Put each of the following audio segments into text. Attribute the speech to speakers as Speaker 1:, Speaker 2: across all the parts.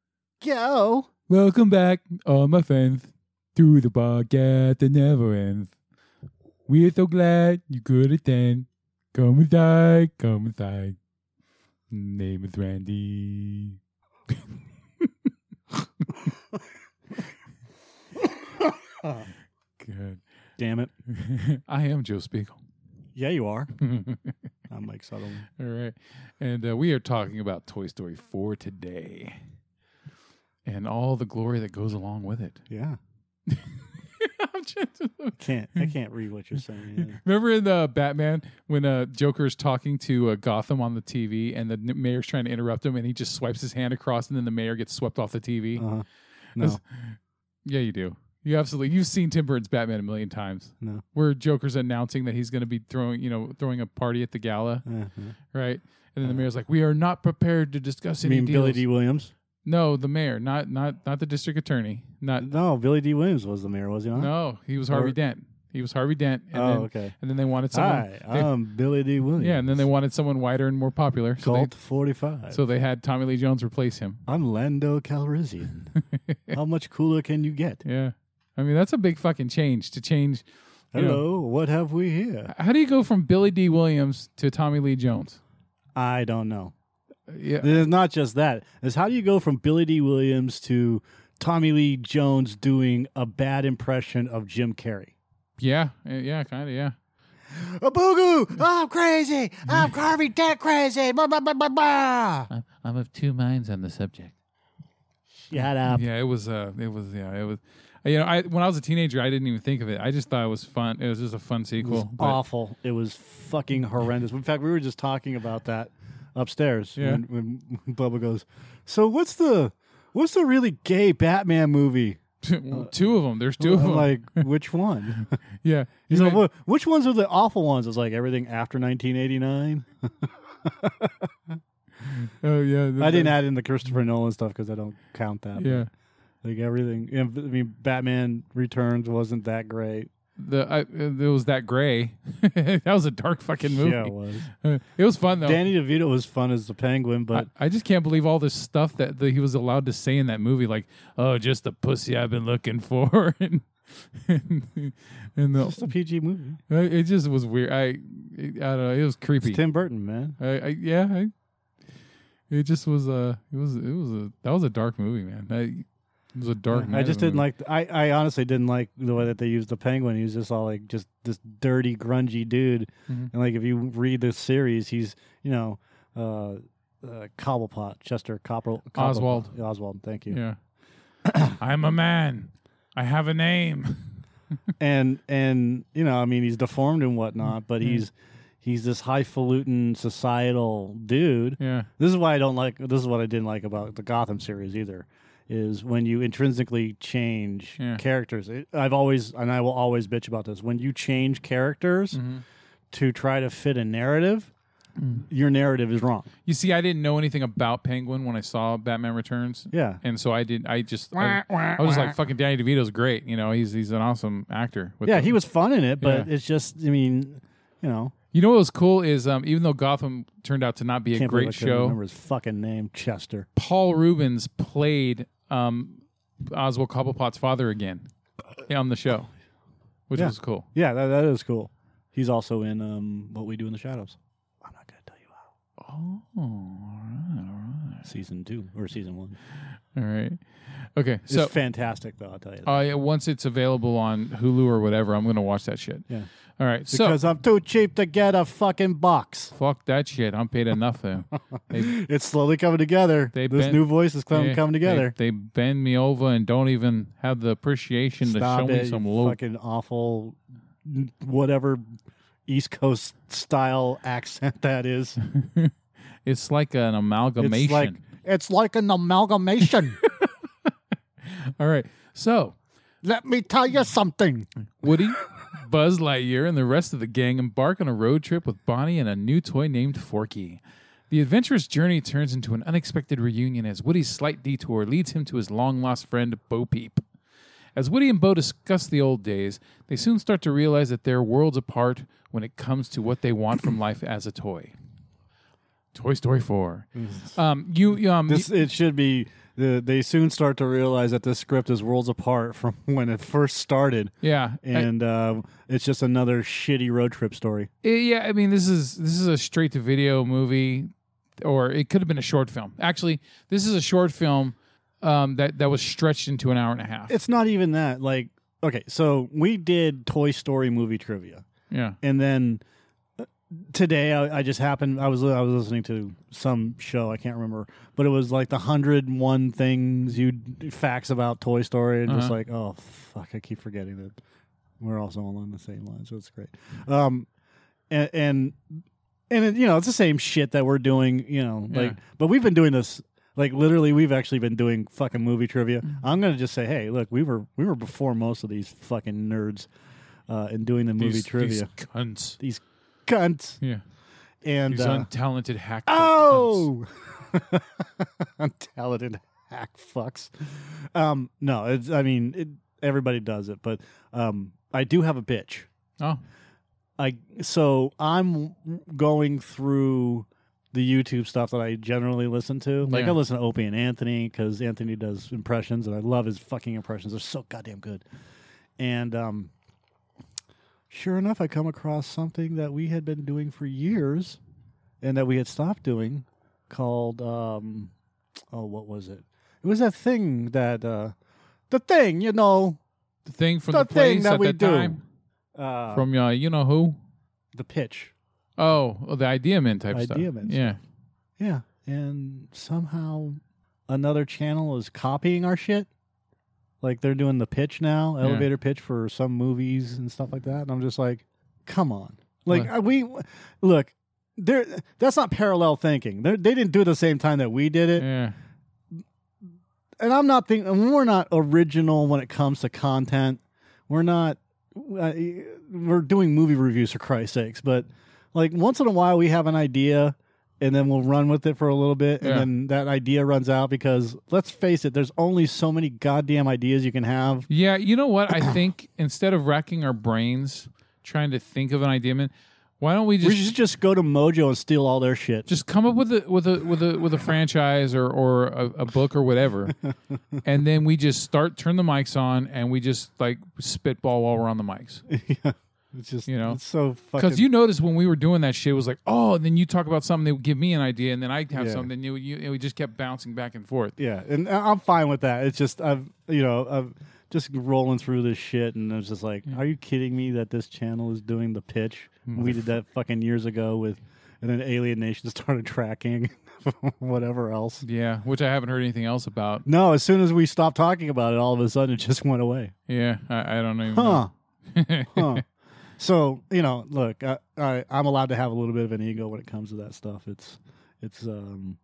Speaker 1: go.
Speaker 2: Welcome back, all my friends, to the podcast that never ends. We're so glad you could attend. Come inside, come inside. Name is Randy. Good.
Speaker 3: Damn it.
Speaker 2: I am Joe Spiegel.
Speaker 3: Yeah, you are.
Speaker 2: all
Speaker 3: I'm Mike Sutherland.
Speaker 2: right. And uh, we are talking about Toy Story 4 today and all the glory that goes along with it.
Speaker 3: Yeah.
Speaker 2: I'm just-
Speaker 3: Can't
Speaker 2: Hmm.
Speaker 3: I can't read what you're saying. either.
Speaker 2: Remember in the Batman when uh, Joker's talking to uh, Gotham on the TV and the n- mayor's trying to interrupt him and he just swipes his hand across and then the mayor gets swept off the TV?
Speaker 3: Uh-huh. No.
Speaker 2: That's- Yeah, you do. You absolutely. You've seen Tim Burton's Batman a million times.
Speaker 3: No.
Speaker 2: Where Joker's announcing that he's going to be throwing, you know, throwing a party at the gala,
Speaker 3: Uh-huh.
Speaker 2: right? And then the mayor's like, "We are not prepared to discuss
Speaker 3: You
Speaker 2: any
Speaker 3: mean Billy
Speaker 2: deals."
Speaker 3: D. Williams?
Speaker 2: no, the mayor, not not not the district attorney. Not
Speaker 3: No, Billy D. Williams was the mayor, was he not?
Speaker 2: Uh, no, he was Harvey
Speaker 3: Or-
Speaker 2: Dent. He was Harvey Dent, and,
Speaker 3: oh,
Speaker 2: then,
Speaker 3: okay.
Speaker 2: and then they wanted someone.
Speaker 3: Hi,
Speaker 2: they-
Speaker 3: I'm Billy D. Williams.
Speaker 2: Yeah, and then they wanted someone wider and more popular. So they,
Speaker 3: Cult 45.
Speaker 2: so they had Tommy Lee Jones replace him.
Speaker 3: I'm Lando Calrissian. How much cooler can you get?
Speaker 2: Yeah. I mean, that's a big fucking change to change. you know.
Speaker 3: Hello, what have we here?
Speaker 2: How do you go from Billy D. Williams to Tommy Lee Jones?
Speaker 3: I don't know.
Speaker 2: Yeah.
Speaker 3: It's not just that. It's how do you go from Billy D. Williams to Tommy Lee Jones doing a bad impression of Jim Carrey?
Speaker 2: Yeah. uh, Yeah. Kind of. Yeah.
Speaker 1: A boogoo! I'm crazy! I'm Harvey Dent crazy! Blah, blah, blah, blah, blah.
Speaker 2: I'm, I'm of two minds on the subject.
Speaker 3: Shut up.
Speaker 2: Yeah. It was, uh, it was, yeah, it was, uh, you know, I, when I was a teenager, I didn't even think of it. I just thought it was fun. It was just a
Speaker 3: It
Speaker 2: fun
Speaker 3: was
Speaker 2: sequel. but-
Speaker 3: awful. It was fucking horrendous. In fact, we were just talking about that upstairs
Speaker 2: Yeah.
Speaker 3: when, when Bubba goes, So what's the what's the really gay Batman movie?
Speaker 2: two of them. There's two of
Speaker 3: I'm
Speaker 2: them.
Speaker 3: like, which one?
Speaker 2: yeah.
Speaker 3: He's
Speaker 2: You
Speaker 3: like,
Speaker 2: know,
Speaker 3: "Wh- which ones are the awful ones? It's like everything after 1989.
Speaker 2: oh, yeah.
Speaker 3: I didn't add in the Christopher Nolan stuff because I don't count that. but,
Speaker 2: Yeah.
Speaker 3: like everything. I mean, Batman Returns wasn't that great.
Speaker 2: The, I, uh, it was that gray. that was a dark fucking movie.
Speaker 3: Yeah, it was.
Speaker 2: Uh, it was fun though.
Speaker 3: Danny DeVito was fun as the Penguin,
Speaker 2: I,
Speaker 3: but
Speaker 2: I just can't believe all this stuff that, that he was allowed to say in that movie, like "Oh, just the pussy I've been looking for," and and, and
Speaker 3: it's just a
Speaker 2: the,
Speaker 3: PG movie.
Speaker 2: I- it just was weird. I I don't know. It was creepy.
Speaker 3: It's Tim Burton, man.
Speaker 2: I, I yeah. I, it just was a. It was. It was a. That was a dark movie, man. I, it was a dark. night
Speaker 3: I
Speaker 2: of
Speaker 3: just
Speaker 2: a
Speaker 3: didn't
Speaker 2: movie.
Speaker 3: like. I, I honestly didn't like the way that they used the Penguin. He was just all like just this dirty, grungy dude.
Speaker 2: Mhm.
Speaker 3: And like if you read the series, he's you know. uh uh, Cobblepot, Chester Copper, Cobblepot.
Speaker 2: Oswald.
Speaker 3: Oswald, thank you.
Speaker 2: Yeah. I'm a man. I have a name.
Speaker 3: and and you know, I mean, he's deformed and whatnot, but
Speaker 2: Mm-hmm.
Speaker 3: he's he's this highfalutin societal dude.
Speaker 2: Yeah.
Speaker 3: This is why I don't like. This is what I didn't like about the Gotham series either, is when you intrinsically change
Speaker 2: Yeah.
Speaker 3: characters. It, I've always and I will always bitch about this when you change characters
Speaker 2: Mm-hmm.
Speaker 3: to try to fit a narrative.
Speaker 2: Mm.
Speaker 3: Your narrative is wrong.
Speaker 2: You see, I didn't know anything about Penguin when I saw Batman Returns.
Speaker 3: Yeah,
Speaker 2: and so I did. I just I, I was like, "Fucking Danny DeVito's great. You know, he's he's an awesome actor." With
Speaker 3: yeah,
Speaker 2: the-
Speaker 3: he was fun in it, but
Speaker 2: Yeah.
Speaker 3: it's just. I mean, you know,
Speaker 2: You know what was cool is um, even though Gotham turned out to not be a
Speaker 3: can't believe I
Speaker 2: great
Speaker 3: couldn't
Speaker 2: show,
Speaker 3: Remember his fucking name, Chester.
Speaker 2: Paul Rubens played um, Oswald Cobblepot's father again on the show, which
Speaker 3: Yeah.
Speaker 2: was cool.
Speaker 3: Yeah, that, that is cool. He's also in um, What We Do in the Shadows. I'm not gonna tell you how.
Speaker 2: Oh, all right,
Speaker 3: Season two or season one.
Speaker 2: all right, all right. Okay,
Speaker 3: It's
Speaker 2: so
Speaker 3: fantastic, though. I'll tell you. That.
Speaker 2: uh, yeah, once it's available on Hulu or whatever, I'm gonna watch that shit.
Speaker 3: Yeah.
Speaker 2: All right, so
Speaker 3: because I'm too cheap to get a fucking box.
Speaker 2: fuck that shit. I'm paid enough though.
Speaker 3: It's slowly coming together.
Speaker 2: They
Speaker 3: this
Speaker 2: bent-
Speaker 3: new voice is coming
Speaker 2: Yeah,
Speaker 3: coming
Speaker 2: they-
Speaker 3: together.
Speaker 2: They, bend me over and don't even have the appreciation
Speaker 3: Stop
Speaker 2: to show
Speaker 3: it,
Speaker 2: me
Speaker 3: you
Speaker 2: some low.
Speaker 3: fucking awful, whatever East Coast style accent that is.
Speaker 2: It's like an amalgamation.
Speaker 3: It's like
Speaker 1: It's like an amalgamation.
Speaker 2: All right. So
Speaker 1: Let me tell you something.
Speaker 2: Woody, Buzz Lightyear, and the rest of the gang embark on a road trip with Bonnie and a new toy named Forky. The adventurous journey turns into an unexpected reunion as Woody's slight detour leads him to his long lost friend, Bo Peep. As Woody and Bo discuss the old days, they soon start to realize that they're worlds apart when it comes to what they want from life as a toy. Toy Story 4. Um, you, um,
Speaker 3: this. It should be the, they soon start to realize that this script is worlds apart from when it first started,
Speaker 2: Yeah, I-
Speaker 3: and uh, it's just another shitty road trip story.
Speaker 2: Uh, yeah, I mean this is this is a straight to video movie, or it could have been a short film. Actually, this is a short film um, that that was stretched into an hour and a half.
Speaker 3: It's not even that. Like, okay, so we did Toy Story movie trivia,
Speaker 2: yeah,
Speaker 3: and then uh, today I, I just happened. I was I was listening to some show I can't remember, but it was like the hundred one things you facts about Toy Story, and just
Speaker 2: Uh-huh.
Speaker 3: like, oh fuck, I keep forgetting that we're also along the same lines. So it's great. Um, and and and it, you know it's the same shit that we're doing. You know, like,
Speaker 2: Yeah.
Speaker 3: but we've been doing this. Like literally, we've actually been doing fucking movie trivia.
Speaker 2: Mm-hmm.
Speaker 3: I'm gonna just say, hey, look, we were we were before most of these fucking nerds uh, in doing the movie
Speaker 2: These-
Speaker 3: trivia
Speaker 2: These cunts.
Speaker 3: these cunts
Speaker 2: Yeah,
Speaker 3: and
Speaker 2: these
Speaker 3: uh,
Speaker 2: untalented hack.
Speaker 3: oh untalented hack fucks um no it's i mean it, everybody does it but um i do have a bitch
Speaker 2: cunts.
Speaker 3: i so i'm going through the youtube stuff that i generally listen to like
Speaker 2: Yeah.
Speaker 3: i listen to opie and anthony because anthony does impressions and i love his fucking impressions they're so goddamn good and um sure enough, I come across something that we had been doing for years and that we had stopped doing called, um, oh, what was it? It was that thing that, uh, the thing, you know,
Speaker 2: oh, the thing from
Speaker 3: the,
Speaker 2: the,
Speaker 3: thing
Speaker 2: place
Speaker 3: that
Speaker 2: at
Speaker 3: we
Speaker 2: that
Speaker 3: do.
Speaker 2: time
Speaker 3: Uh,
Speaker 2: from uh, you know who?
Speaker 3: the pitch.
Speaker 2: Oh, oh, the idea men type stuff.
Speaker 3: Idea Men
Speaker 2: Yeah,
Speaker 3: Yeah. And somehow another channel is copying our shit. Like they're doing the pitch now,
Speaker 2: Yeah.
Speaker 3: elevator pitch for some movies and stuff like that. And I'm just like, come on. Like
Speaker 2: What?
Speaker 3: uh, we look, there that's not parallel thinking. They're, they didn't do it the same time that we did it.
Speaker 2: yeah.
Speaker 3: And I'm not thinking we're not original when it comes to content. We're not uh, we're doing movie reviews for Christ's sakes, but like once in a while we have an idea and then we'll run with it for a little bit and
Speaker 2: Yeah.
Speaker 3: then that idea runs out because let's face it there's only so many goddamn ideas you can have
Speaker 2: Yeah, you know what? I think instead of racking our brains trying to think of an idea man, why don't we just
Speaker 3: we should just go to mojo and steal all their shit
Speaker 2: just come up with a with a with a with a franchise or or a, a book or whatever, and then we just start turn the mics on and we just like spitball while we're on the mics
Speaker 3: yeah it's just
Speaker 2: You know?
Speaker 3: it's so fucking
Speaker 2: because you notice when we were doing that shit it was like oh and then you talk about something that would give me an idea and then I have
Speaker 3: Yeah.
Speaker 2: something new you and we just kept bouncing back and forth.
Speaker 3: yeah and I- i'm fine with that it's just i've you know i'm just rolling through this shit and i was just like are you kidding me that this channel is doing the pitch we did that fucking years ago with and then alien nation started tracking whatever else
Speaker 2: Yeah, which I haven't heard anything else about.
Speaker 3: no as soon as we stopped talking about it all of a sudden it just went away
Speaker 2: Yeah, I, I don't even know.
Speaker 3: huh huh so you know look I, I i'm allowed to have a little bit of an ego when it comes to that stuff it's it's um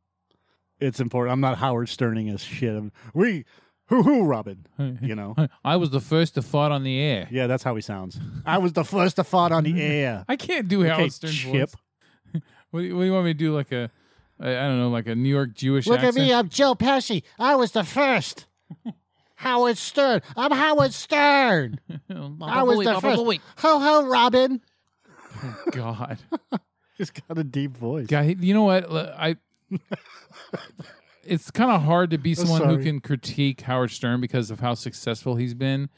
Speaker 3: it's important i'm not howard sterning as shit I'm, we hoo hoo robin you know
Speaker 2: I was the first to fight on the air.
Speaker 3: yeah that's how he sounds i was the first to fought on the air
Speaker 2: I can't do
Speaker 3: okay
Speaker 2: Howard Stern's voice.
Speaker 3: chip
Speaker 2: What do, you, what do you want me to do? Like a, I I don't know, like a New York Jewish
Speaker 1: Look at
Speaker 2: accent?
Speaker 1: me, I'm Joe Pesci. I was the first. Howard Stern. I'm Howard Stern.
Speaker 2: Oh,
Speaker 1: I was the first. Ho ho, Robin.
Speaker 2: God,
Speaker 3: he's got a deep voice
Speaker 2: God, you know what? L- I. It's kind of hard to be someone who
Speaker 3: sorry.
Speaker 2: can critique Howard Stern because of how successful he's been,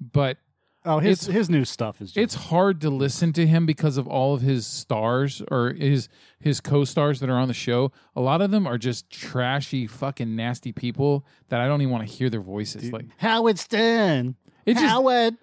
Speaker 2: but
Speaker 3: oh his
Speaker 2: it's-
Speaker 3: his new stuff is just
Speaker 2: it's hard to listen to him because of all of his stars or his his co-stars that are on the show. A lot of them are just trashy, fucking nasty people that I don't even want to hear their voices. Like
Speaker 3: howard stern
Speaker 2: it just
Speaker 1: Howard.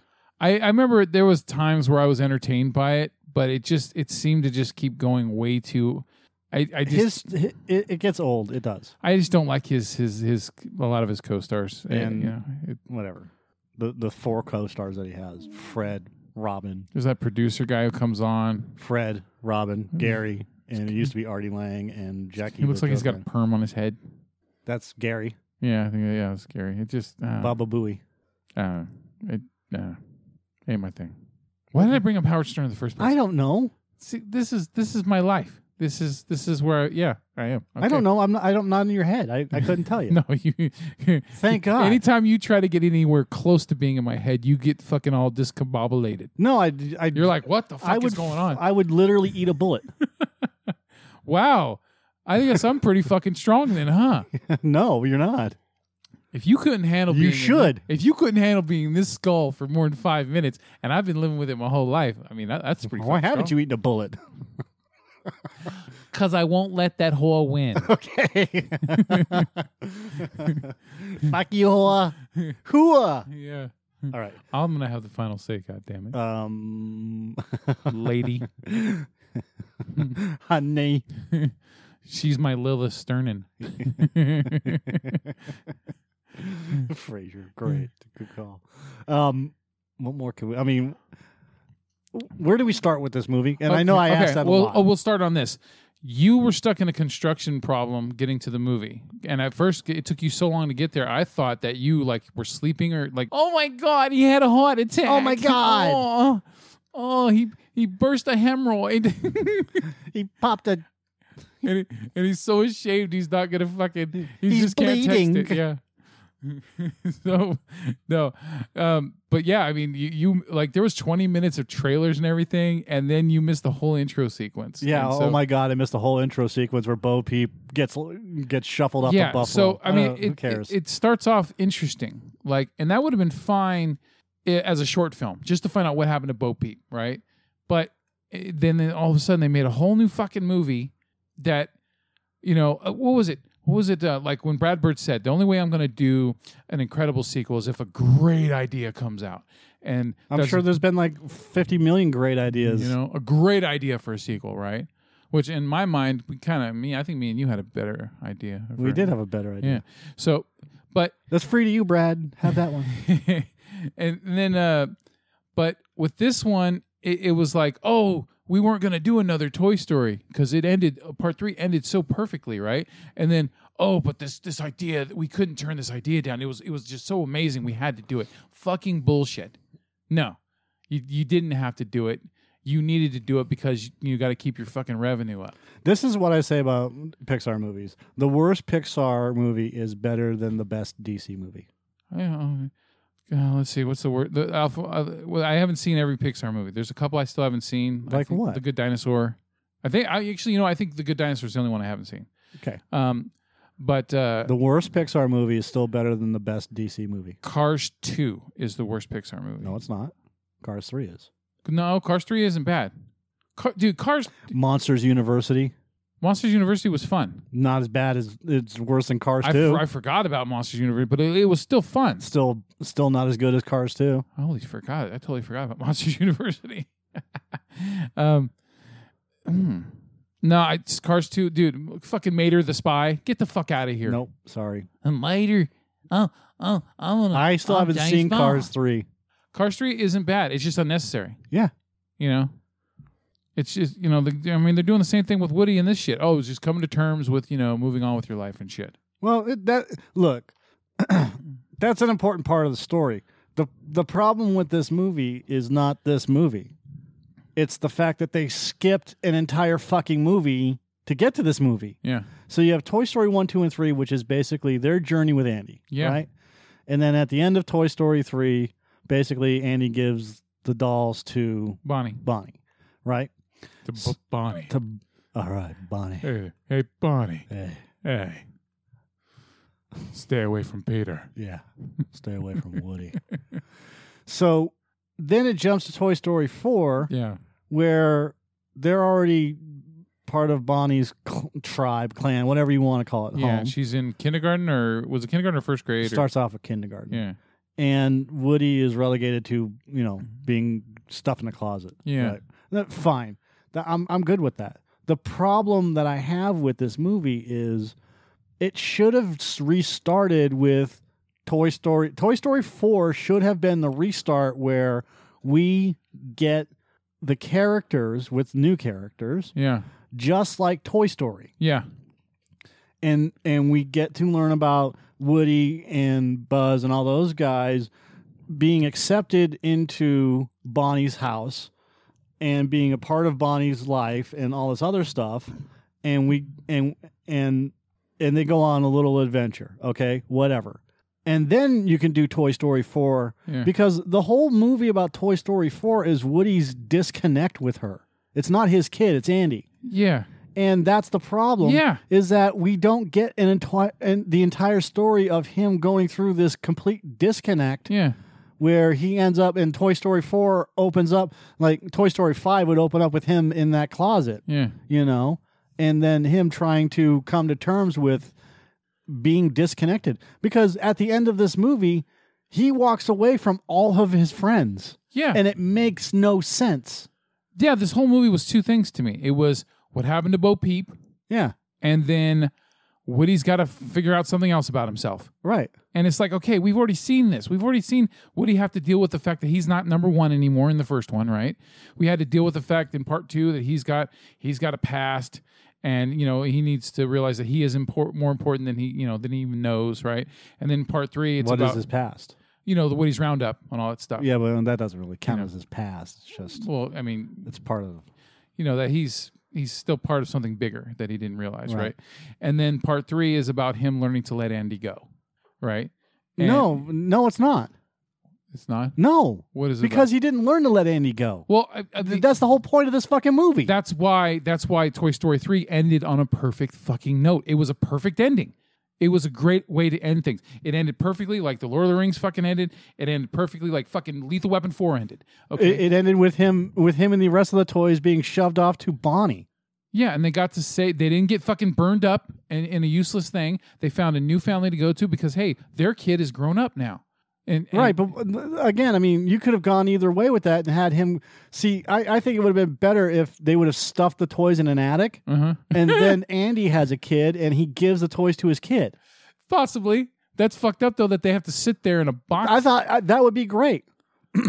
Speaker 2: I, I remember there was times where I was entertained by it, but it just it seemed to just keep going way too. I, I just
Speaker 3: his, hi it, it gets old it does
Speaker 2: I just don't like his his his a lot of his co-stars and
Speaker 3: And-
Speaker 2: you know, it,
Speaker 3: whatever the the four co-stars that he has fred robin
Speaker 2: there's that producer guy who comes on.
Speaker 3: Fred, Robin, Gary, and it used to be Artie Lang and Jackie.
Speaker 2: Hmm. He looks
Speaker 3: the
Speaker 2: like he's got a
Speaker 3: Joker.
Speaker 2: perm on his head.
Speaker 3: That's Gary,
Speaker 2: Yeah, I think yeah, it's scary. It just uh,
Speaker 3: Baba Booey.
Speaker 2: uh, it uh, ain't my thing. Why did I bring up Howard Stern in the first place?
Speaker 3: I don't know.
Speaker 2: See, this is this is my life. This is this is where yeah I am.
Speaker 3: I
Speaker 2: Okay.
Speaker 3: don't know. I'm not. I don't. Not in your head. I, I couldn't tell you.
Speaker 2: No, you
Speaker 3: Thank God.
Speaker 2: Anytime you try to get anywhere close to being in my head, you get fucking all discombobulated.
Speaker 3: no, I. I
Speaker 2: You're like, what the fuck
Speaker 3: I
Speaker 2: is
Speaker 3: would.
Speaker 2: going
Speaker 3: f-
Speaker 2: on?
Speaker 3: I would literally eat a bullet.
Speaker 2: wow. I guess I'm pretty fucking strong then, huh?
Speaker 3: no, you're not.
Speaker 2: If you couldn't handle,
Speaker 3: You
Speaker 2: being in-
Speaker 3: should.
Speaker 2: if you couldn't handle being this skull for more than five minutes, and I've been living with it my whole life. I mean, that, that's pretty.
Speaker 3: Why haven't you eaten a bullet?
Speaker 2: Because I won't let that whore win.
Speaker 3: Okay.
Speaker 1: Fuck you, whore. Hooah.
Speaker 2: yeah,
Speaker 3: All right.
Speaker 2: I'm gonna have the final say. God damn it,
Speaker 3: Um,
Speaker 2: lady.
Speaker 3: honey.
Speaker 2: She's my Lilith Sternin.
Speaker 3: Fraser, great, good call. Um, what more can we? I mean, where do we start with this movie? And I know I
Speaker 2: Okay,
Speaker 3: asked that
Speaker 2: well,
Speaker 3: a lot.
Speaker 2: oh, we'll start on this. You were stuck in a construction problem getting to the movie, and at first it took you so long to get there. I thought that you like were sleeping or like, oh my god, he had a heart attack.
Speaker 1: Oh my God.
Speaker 2: Oh, oh, he he burst a hemorrhoid,
Speaker 1: He popped a.
Speaker 2: and, he, and he's so ashamed he's not gonna fucking. He
Speaker 1: He's
Speaker 2: just can't text
Speaker 1: bleeding.
Speaker 2: it. Yeah. so no um but yeah i mean you, you like there was 20 minutes of trailers and everything and then you missed the whole intro sequence
Speaker 3: yeah.
Speaker 2: And
Speaker 3: Oh
Speaker 2: so-
Speaker 3: my God, I missed the whole intro sequence where Bo Peep gets gets shuffled up
Speaker 2: yeah,
Speaker 3: a buffalo.
Speaker 2: So I mean,
Speaker 3: don't know,
Speaker 2: it,
Speaker 3: who cares?
Speaker 2: It, it starts off interesting, like, and that would have been fine i- as a short film, just to find out what happened to Bo Peep, right? But eh, then, then all of a sudden, they made a whole new fucking movie that, you know, uh, what was it? What was it uh, like when Brad Bird said, "The only way I'm going to do an incredible sequel is if a great idea comes out." And
Speaker 3: I'm
Speaker 2: that's-
Speaker 3: sure there's been like 50 million great ideas.
Speaker 2: you know, a great idea for a sequel, right? Which in my mind, we kind of me. I think me and you had a better idea. of
Speaker 3: we
Speaker 2: our-
Speaker 3: did have a better idea.
Speaker 2: yeah. So, but
Speaker 3: That's free to you, Brad. Have that one.
Speaker 2: and and then uh but with this one it, it was like oh we weren't going to do another toy story because it ended uh, part three ended so perfectly right and then oh but this this idea we couldn't turn this idea down it was it was just so amazing we had to do it fucking bullshit no you, you didn't have to do it you needed to do it because you, you got to keep your fucking revenue up
Speaker 3: This is what I say about Pixar movies. The worst Pixar movie is better than the best DC movie.
Speaker 2: Yeah, uh, let's see. What's the word? The alpha. Uh, well, I haven't seen every Pixar movie. There's a couple I still haven't seen. I
Speaker 3: Like
Speaker 2: think
Speaker 3: what?
Speaker 2: The Good Dinosaur. I think I actually, you know, I think The Good Dinosaur is the only one I haven't seen.
Speaker 3: Okay.
Speaker 2: Um, but uh,
Speaker 3: The worst Pixar movie is still better than the best DC movie.
Speaker 2: Cars Two is the worst Picar movie.
Speaker 3: No, it's not. Cars 3 is.
Speaker 2: No, Cars Three isn't bad. Car- Dude, Cars
Speaker 3: Monsters University,
Speaker 2: Monsters University was fun.
Speaker 3: not as bad as it's worse than Cars
Speaker 2: I,
Speaker 3: 2.
Speaker 2: for- I forgot about Monsters University, but it, it was still fun.
Speaker 3: still still not as good as Cars 2.
Speaker 2: I totally forgot. I totally forgot about Monsters University. um, mm. no, I, it's Cars Two, dude. Fucking Mater the spy. Get the fuck out of here.
Speaker 3: Nope, sorry.
Speaker 2: And Mater. Oh, oh, I want
Speaker 3: I still
Speaker 2: I'm
Speaker 3: haven't
Speaker 2: James
Speaker 3: seen
Speaker 2: Bond.
Speaker 3: Cars 3.
Speaker 2: Cars Three isn't bad. It's just unnecessary.
Speaker 3: Yeah.
Speaker 2: You know. It's just you know the, I mean they're doing the same thing with Woody and this shit. Oh, it's just coming to terms with you know moving on with your life and shit.
Speaker 3: Well, it, that look, that's an important part of the story. the The problem with this movie is not this movie; it's the fact that they skipped an entire fucking movie to get to this movie.
Speaker 2: Yeah.
Speaker 3: So you have Toy Story one, two, and three, which is basically their journey with Andy,
Speaker 2: Yeah.
Speaker 3: right? And then at the end of Toy Story three, basically Andy gives the dolls to
Speaker 2: Bonnie.
Speaker 3: Bonnie, right?
Speaker 2: To B- Bonnie.
Speaker 3: To all right, Bonnie.
Speaker 2: Hey, hey, Bonnie.
Speaker 3: Hey,
Speaker 2: Hey. Stay away from Peter.
Speaker 3: Yeah. Stay away from Woody. so then it jumps to Toy Story 4,
Speaker 2: Yeah.
Speaker 3: where they're already part of Bonnie's cl- tribe, clan, whatever you want to call it.
Speaker 2: Yeah,
Speaker 3: home.
Speaker 2: she's in kindergarten or was it kindergarten or first grade? or-
Speaker 3: starts off at kindergarten.
Speaker 2: yeah,
Speaker 3: And Woody is relegated to, you know, being stuffed in a closet.
Speaker 2: Yeah.
Speaker 3: Right? That- fine. That, I'm, I'm good with that. The problem that I have with this movie is it should have s- restarted with Toy Story. Toy Story 4 should have been the restart where we get the characters with new characters,
Speaker 2: yeah,
Speaker 3: just like Toy Story.
Speaker 2: yeah,
Speaker 3: And and we get to learn about Woody and Buzz and all those guys being accepted into Bonnie's house and being a part of Bonnie's life and all this other stuff. And we and and and they go on a little adventure, okay? Whatever. And then you can do Toy Story 4
Speaker 2: yeah.
Speaker 3: because the whole movie about Toy Story 4 is Woody's disconnect with her. It's not his kid, it's Andy.
Speaker 2: yeah.
Speaker 3: And that's the problem.
Speaker 2: Yeah.
Speaker 3: Is that we don't get an entire and the entire story of him going through this complete disconnect
Speaker 2: Yeah.
Speaker 3: where he ends up in Toy Story 4 opens up like Toy Story 5 would open up with him in that closet,
Speaker 2: Yeah.
Speaker 3: you know, and then him trying to come to terms with being disconnected because at the end of this movie, he walks away from all of his friends
Speaker 2: Yeah.
Speaker 3: and it makes no sense.
Speaker 2: yeah, this whole movie was two things to me. It was what happened to Bo Peep,
Speaker 3: Yeah,
Speaker 2: and then Woody's got to figure out something else about himself.
Speaker 3: right.
Speaker 2: And it's like, okay, we've already seen this. We've already seen Woody have to deal with the fact that he's not number one anymore in the first one, right? We had to deal with the fact in part two that he's got he's got a past, and you know he needs to realize that he is import, more important than he you know than he even knows, right? And then part three, it's
Speaker 3: What is
Speaker 2: about
Speaker 3: his past?
Speaker 2: you know the Woody's roundup and all that stuff.
Speaker 3: Yeah, but that doesn't really count as his past. It's just
Speaker 2: Well, I mean,
Speaker 3: it's part of
Speaker 2: you know that he's he's still part of something bigger that he didn't realize right,
Speaker 3: Right.
Speaker 2: and then part three is about him learning to let andy go right And
Speaker 3: no, no, it's not.
Speaker 2: it's not
Speaker 3: No,
Speaker 2: what is it
Speaker 3: because
Speaker 2: about?
Speaker 3: he didn't learn to let Andy go.
Speaker 2: well I, I think
Speaker 3: That's the whole point of this fucking movie.
Speaker 2: that's why that's why toy story 3 ended on a perfect fucking note it was a perfect ending it was a great way to end things. It ended perfectly like The Lord of the Rings fucking ended. It ended perfectly like fucking Lethal Weapon 4 ended. Okay.
Speaker 3: it, it ended with him, with him and the rest of the toys being shoved off to Bonnie.
Speaker 2: Yeah, and they got to say they didn't get fucking burned up in, in a useless thing. They found a new family to go to because hey, their kid is grown up now. And, and-
Speaker 3: Right, but uh, again, I mean, you could have gone either way with that and had him see. I, I think it would have been better if they would have stuffed the toys in an attic,
Speaker 2: uh-huh.
Speaker 3: and then Andy has a kid, and he gives the toys to his kid.
Speaker 2: possibly that's fucked up though that they have to sit there in a box.
Speaker 3: I thought I, that would be great.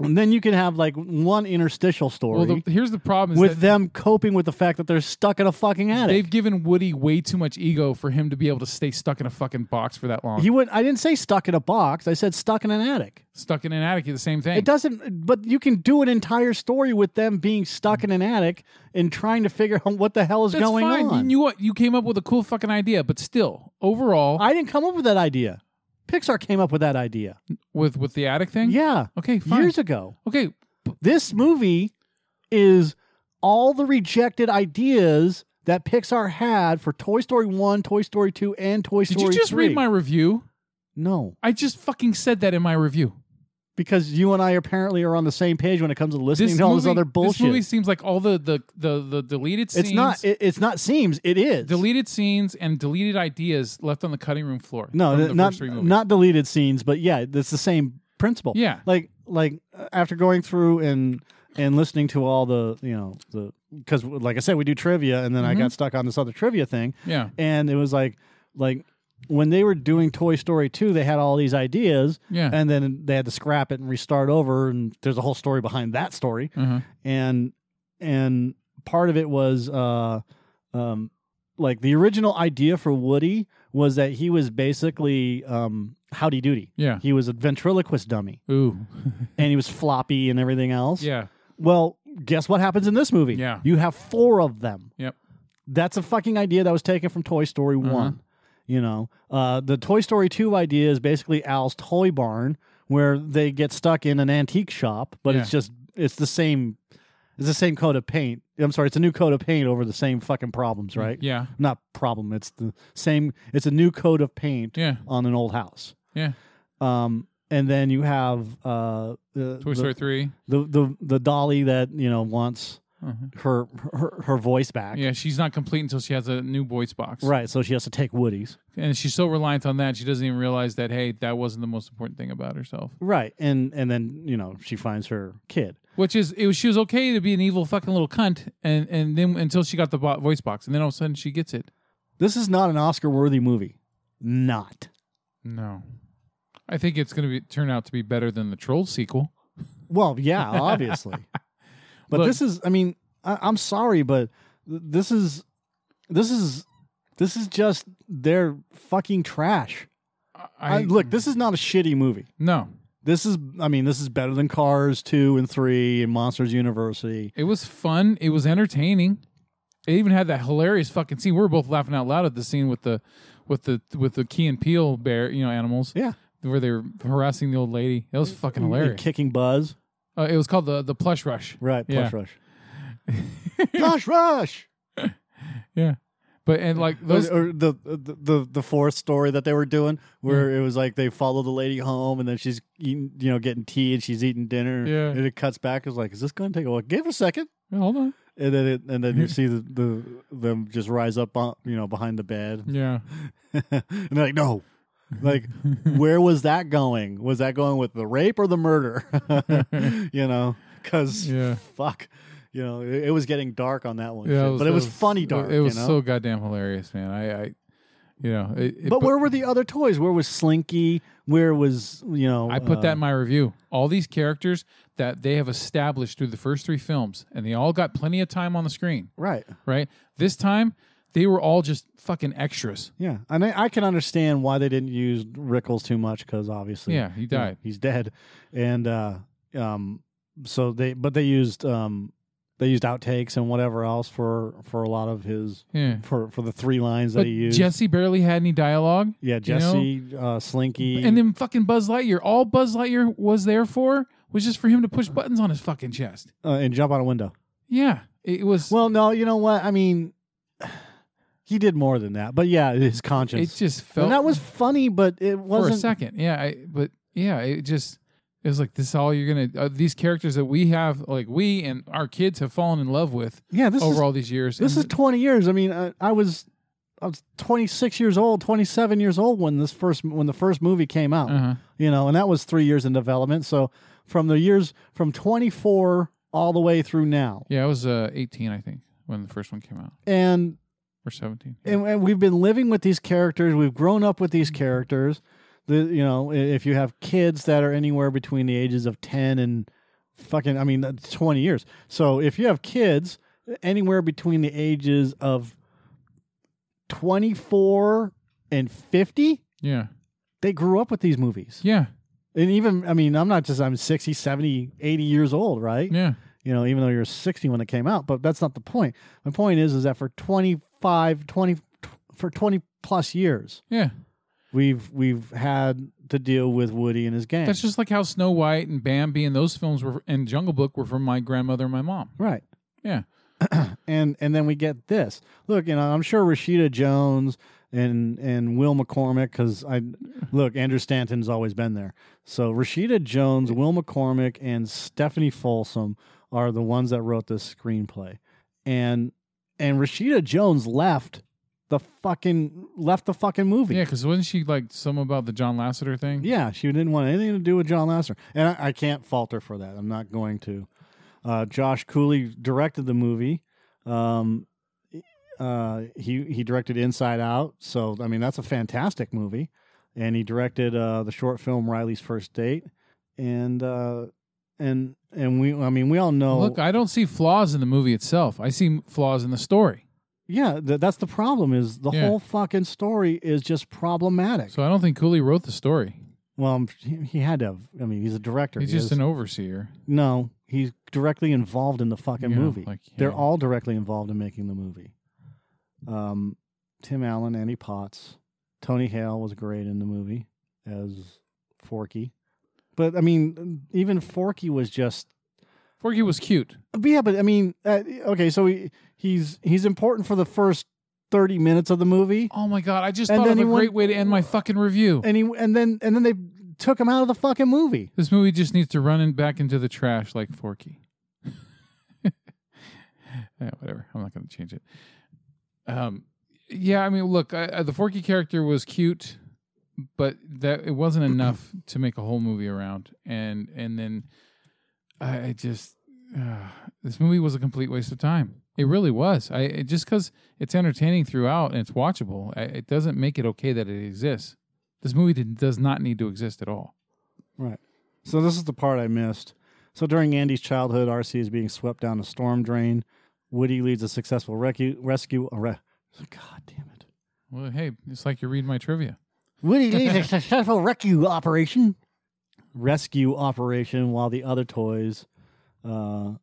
Speaker 3: and then you can have like one interstitial story
Speaker 2: well, the, here's the problem: is
Speaker 3: with
Speaker 2: that
Speaker 3: them coping with the fact that they're stuck in a fucking attic.
Speaker 2: they've given Woody way too much ego for him to be able to stay stuck in a fucking box for that long.
Speaker 3: You would. I didn't say stuck in a box. I said stuck in an attic.
Speaker 2: stuck in an attic is the same thing.
Speaker 3: It doesn't. But you can do an entire story with them being stuck in an attic and trying to figure out what the hell is
Speaker 2: That's
Speaker 3: going
Speaker 2: fine.
Speaker 3: on.
Speaker 2: You knew what you came up with a cool fucking idea, but still, overall,
Speaker 3: I didn't come up with that idea. Pixar came up with that idea.
Speaker 2: with with the attic thing,
Speaker 3: Yeah,
Speaker 2: Okay, fine.
Speaker 3: years ago.
Speaker 2: okay,
Speaker 3: This movie is all the rejected ideas that Pixar had for Toy Story 1, Toy Story 2, and Toy
Speaker 2: did
Speaker 3: Story
Speaker 2: you just
Speaker 3: 3.
Speaker 2: read my review?
Speaker 3: No,
Speaker 2: I just fucking said that in my review.
Speaker 3: because you and I apparently are on the same page when it comes to listening
Speaker 2: This
Speaker 3: to all
Speaker 2: movie,
Speaker 3: this other bullshit.
Speaker 2: This movie seems like all the the the, the deleted scenes.
Speaker 3: it's not it, it's not seems, it is.
Speaker 2: deleted scenes and deleted ideas left on the cutting room floor.
Speaker 3: no,
Speaker 2: from
Speaker 3: th-
Speaker 2: the
Speaker 3: not
Speaker 2: first three movies.
Speaker 3: not deleted scenes, but yeah, it's the same principle.
Speaker 2: Yeah.
Speaker 3: like like uh, after going through and and listening to all the you know the because like I said we do trivia and then I
Speaker 2: Mm-hmm.
Speaker 3: got stuck on this other trivia thing
Speaker 2: yeah,
Speaker 3: and it was like like when they were doing Toy Story two they had all these ideas
Speaker 2: yeah.
Speaker 3: and then they had to scrap it and restart over and there's a whole story behind that story
Speaker 2: uh-huh.
Speaker 3: and and part of it was uh um like the original idea for Woody was that he was basically um Howdy Doody
Speaker 2: Yeah.
Speaker 3: he was a ventriloquist dummy
Speaker 2: Ooh.
Speaker 3: and he was floppy and everything else.
Speaker 2: yeah.
Speaker 3: Well, guess what happens in this movie?
Speaker 2: Yeah.
Speaker 3: You have four of them.
Speaker 2: Yep. Uh-huh.
Speaker 3: That's a fucking idea that was taken from Toy Story 1. You know, uh, the Toy Story 2 idea is basically Al's toy barn where they get stuck in an antique shop, but it's just, it's the same, it's the same coat of paint. I'm sorry, it's a new coat of paint over the same fucking problems, right?
Speaker 2: Yeah.
Speaker 3: Not problem, it's the same, it's a new coat of paint
Speaker 2: Yeah.
Speaker 3: on an old house.
Speaker 2: Yeah.
Speaker 3: Um, and then you have uh, the,
Speaker 2: Toy Story three.
Speaker 3: the the the dolly that you know wants
Speaker 2: Uh-huh.
Speaker 3: her her, her voice back.
Speaker 2: Yeah, she's not complete until she has a new voice box.
Speaker 3: Right, so she has to take Woody's.
Speaker 2: And she's so reliant on that, she doesn't even realize that, hey, that wasn't the most important thing about herself.
Speaker 3: Right, and and then you know she finds her kid.
Speaker 2: Which is, it was, she was okay to be an evil fucking little cunt, and, and then until she got the bo- voice box, and then all of a sudden she gets it.
Speaker 3: This is not an Oscar worthy movie. Not.
Speaker 2: No. I think it's going to be turn out to be better than the Trolls sequel.
Speaker 3: Well, yeah, obviously. but
Speaker 2: Look-
Speaker 3: this is. I mean, I, I'm sorry, but th- this is this is this is just their fucking trash.
Speaker 2: I,
Speaker 3: I, look, this is not a shitty movie.
Speaker 2: No.
Speaker 3: This is. I mean, this is better than Cars two and three and Monsters University.
Speaker 2: It was fun. It was entertaining. It even had that hilarious fucking scene. We were both laughing out loud at the scene with the with the with the Key and Peel bear, you know, animals.
Speaker 3: Yeah.
Speaker 2: Where they were harassing the old lady. It was fucking hilarious.
Speaker 3: Kicking Buzz.
Speaker 2: Uh, it was called the the plush rush.
Speaker 3: Right,
Speaker 2: Yeah.
Speaker 3: plush rush. plush rush.
Speaker 2: yeah. But and like
Speaker 3: Or-
Speaker 2: those,
Speaker 3: or the, uh, the the the fourth story that they were doing, where it was like they follow the lady home, and then she's eating, you know, getting tea, and she's eating dinner.
Speaker 2: Yeah.
Speaker 3: and it cuts back. It's like, is this going to take a while? Give it a second,
Speaker 2: Yeah, hold on,
Speaker 3: and then it, and then you see the, the them just rise up, on, you know, behind the bed,
Speaker 2: yeah,
Speaker 3: and they're like, no, like, where was that going? Was that going with the rape or the murder? you know, because
Speaker 2: yeah,
Speaker 3: fuck, you know, it, it was getting dark on that one,
Speaker 2: yeah.
Speaker 3: shit, but it was, funny dark.
Speaker 2: It was
Speaker 3: you know?
Speaker 2: so goddamn hilarious, man. I, I you know, it, it-
Speaker 3: but, where were the other toys? Where was Slinky? Where was you know?
Speaker 2: I put
Speaker 3: uh,
Speaker 2: that in my review. All these characters that they have established through the first three films, and they all got plenty of time on the screen,
Speaker 3: right.
Speaker 2: right? This time, they were all just fucking extras.
Speaker 3: Yeah, and I, I can understand why they didn't use Rickles too much because obviously,
Speaker 2: Yeah, he
Speaker 3: you know,
Speaker 2: died.
Speaker 3: he's dead, and uh, um, so they but they used um, they used outtakes and whatever else for for a lot of his
Speaker 2: Yeah.
Speaker 3: for for the three lines
Speaker 2: But
Speaker 3: that he used.
Speaker 2: Jesse barely had any dialogue.
Speaker 3: yeah, Jesse, uh, Slinky,
Speaker 2: And then fucking Buzz Lightyear. All Buzz Lightyear was there for was just for him to push buttons on his fucking chest.
Speaker 3: uh, and jump out a window.
Speaker 2: Yeah. It was
Speaker 3: Well, no, you know what? I mean, he did more than that, but yeah, his conscience.
Speaker 2: it just felt
Speaker 3: and that was funny, but it
Speaker 2: for a
Speaker 3: wasn't.
Speaker 2: second. Yeah, I, but yeah, it just it was like this is all you're gonna uh, these characters that we have like we and our kids have fallen in love with
Speaker 3: Yeah, this
Speaker 2: over
Speaker 3: is
Speaker 2: all these years.
Speaker 3: this is
Speaker 2: and-
Speaker 3: 20 years. I mean, I, I was I was 26 years old, 27 years old when this first when the first movie came out.
Speaker 2: uh-huh.
Speaker 3: You know, and that was 3 years in development. So from the years from 24 all the way through now.
Speaker 2: yeah, I was uh, 18, I think, when the first one came out,
Speaker 3: And
Speaker 2: or 17.
Speaker 3: and, and we've been living with these characters. We've grown up with these characters. The you know, i- if you have kids that are anywhere between the ages of ten and fucking, I mean, that's twenty years. So if you have kids anywhere between the ages of twenty four and fifty,
Speaker 2: yeah,
Speaker 3: they grew up with these movies.
Speaker 2: yeah,
Speaker 3: And even, I mean, I'm not just, I'm 60, 70, 80 years old, right?
Speaker 2: yeah.
Speaker 3: you know, even though you're 60 when it came out, but that's not the point. My point is, is that for 25, 20, for 20 plus years,
Speaker 2: Yeah,
Speaker 3: we've, we've had to deal with Woody and his gang.
Speaker 2: that's just like how Snow White and Bambi and those films were, and Jungle Book were from my grandmother and my mom.
Speaker 3: right.
Speaker 2: Yeah.
Speaker 3: and, and then we get this, look, you know, I'm sure Rashida Jones and, and Will McCormick, cause I look, Andrew Stanton's always been there. So Rashida Jones, Will McCormick and Stephanie Folsom are the ones that wrote this screenplay. And, and Rashida Jones left the fucking left the fucking movie.
Speaker 2: Yeah, because wasn't she like some about the John Lasseter thing?
Speaker 3: Yeah, she didn't want anything to do with John Lasseter, and I, I can't fault her for that. I'm not going to. Uh, Josh Cooley directed the movie. Um, uh, he he directed Inside Out, so I mean that's a fantastic movie, and he directed uh, the short film Riley's First Date, and uh, and and we I mean we all know
Speaker 2: Look, I don't see flaws in the movie itself. I see flaws in the story.
Speaker 3: yeah th- that's the problem is the
Speaker 2: Yeah.
Speaker 3: whole fucking story is just problematic.
Speaker 2: So I don't think Cooley wrote the story.
Speaker 3: well, I'm- he, he had to. Have, I mean, he's a director.
Speaker 2: He's
Speaker 3: He
Speaker 2: just
Speaker 3: is-
Speaker 2: an overseer.
Speaker 3: No, he's directly involved in the fucking
Speaker 2: Yeah,
Speaker 3: movie.
Speaker 2: like, yeah.
Speaker 3: They're all directly involved in making the movie. Um, Tim Allen, Annie Potts, Tony Hale was great in the movie as Forky. But I mean, even Forky was just
Speaker 2: Forky was cute.
Speaker 3: but yeah. But I mean, uh, okay, so he, he's he's important for the first thirty minutes of the movie,
Speaker 2: Oh my god! I just
Speaker 3: And
Speaker 2: thought
Speaker 3: then
Speaker 2: of a
Speaker 3: he went-
Speaker 2: great way to end my fucking review.
Speaker 3: and he and then and then they took him out of the fucking movie.
Speaker 2: This movie just needs to run in back into the trash like Forky. yeah, whatever. I'm not going to change it. Um, yeah, I mean, look, I, I, the Forky character was cute, but that it wasn't enough to make a whole movie around. And and then I, I just uh, this movie was a complete waste of time. It really was. I it, just because it's entertaining throughout and it's watchable, I, it doesn't make it okay that it exists. This movie did, does not need to exist at all.
Speaker 3: Right. So this is the part I missed. So during Andy's childhood, RC is being swept down a storm drain. Woody leads a successful recu- rescue. A re- God damn it.
Speaker 2: Well, hey, it's like you read my trivia.
Speaker 1: Woody leads a successful rescue operation.
Speaker 3: Rescue operation while the other toys, uh,
Speaker 2: Wo-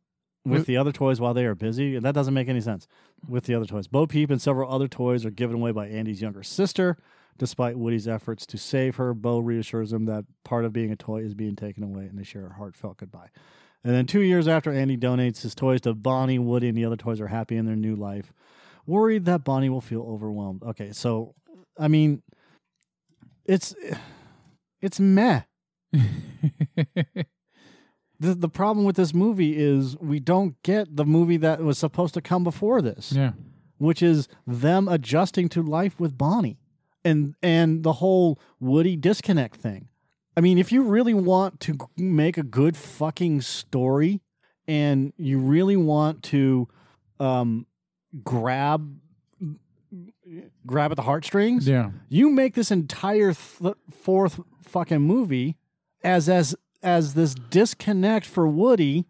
Speaker 3: with the other toys while they are busy. That doesn't make any sense. With the other toys. Bo Peep and several other toys are given away by Andy's younger sister. Despite Woody's efforts to save her, Bo reassures him that part of being a toy is being taken away and they share a heartfelt goodbye. And then two years after Andy donates his toys to Bonnie, Woody, and the other toys are happy in their new life. worried that Bonnie will feel overwhelmed. Okay, so I mean, it's it's meh. The, the problem with this movie is we don't get the movie that was supposed to come before this,
Speaker 2: yeah.
Speaker 3: which is them adjusting to life with Bonnie and and the whole Woody disconnect thing. I mean, if you really want to g- make a good fucking story and you really want to um, grab grab at the heartstrings,
Speaker 2: Yeah.
Speaker 3: you make this entire th- fourth fucking movie as as as this disconnect for Woody,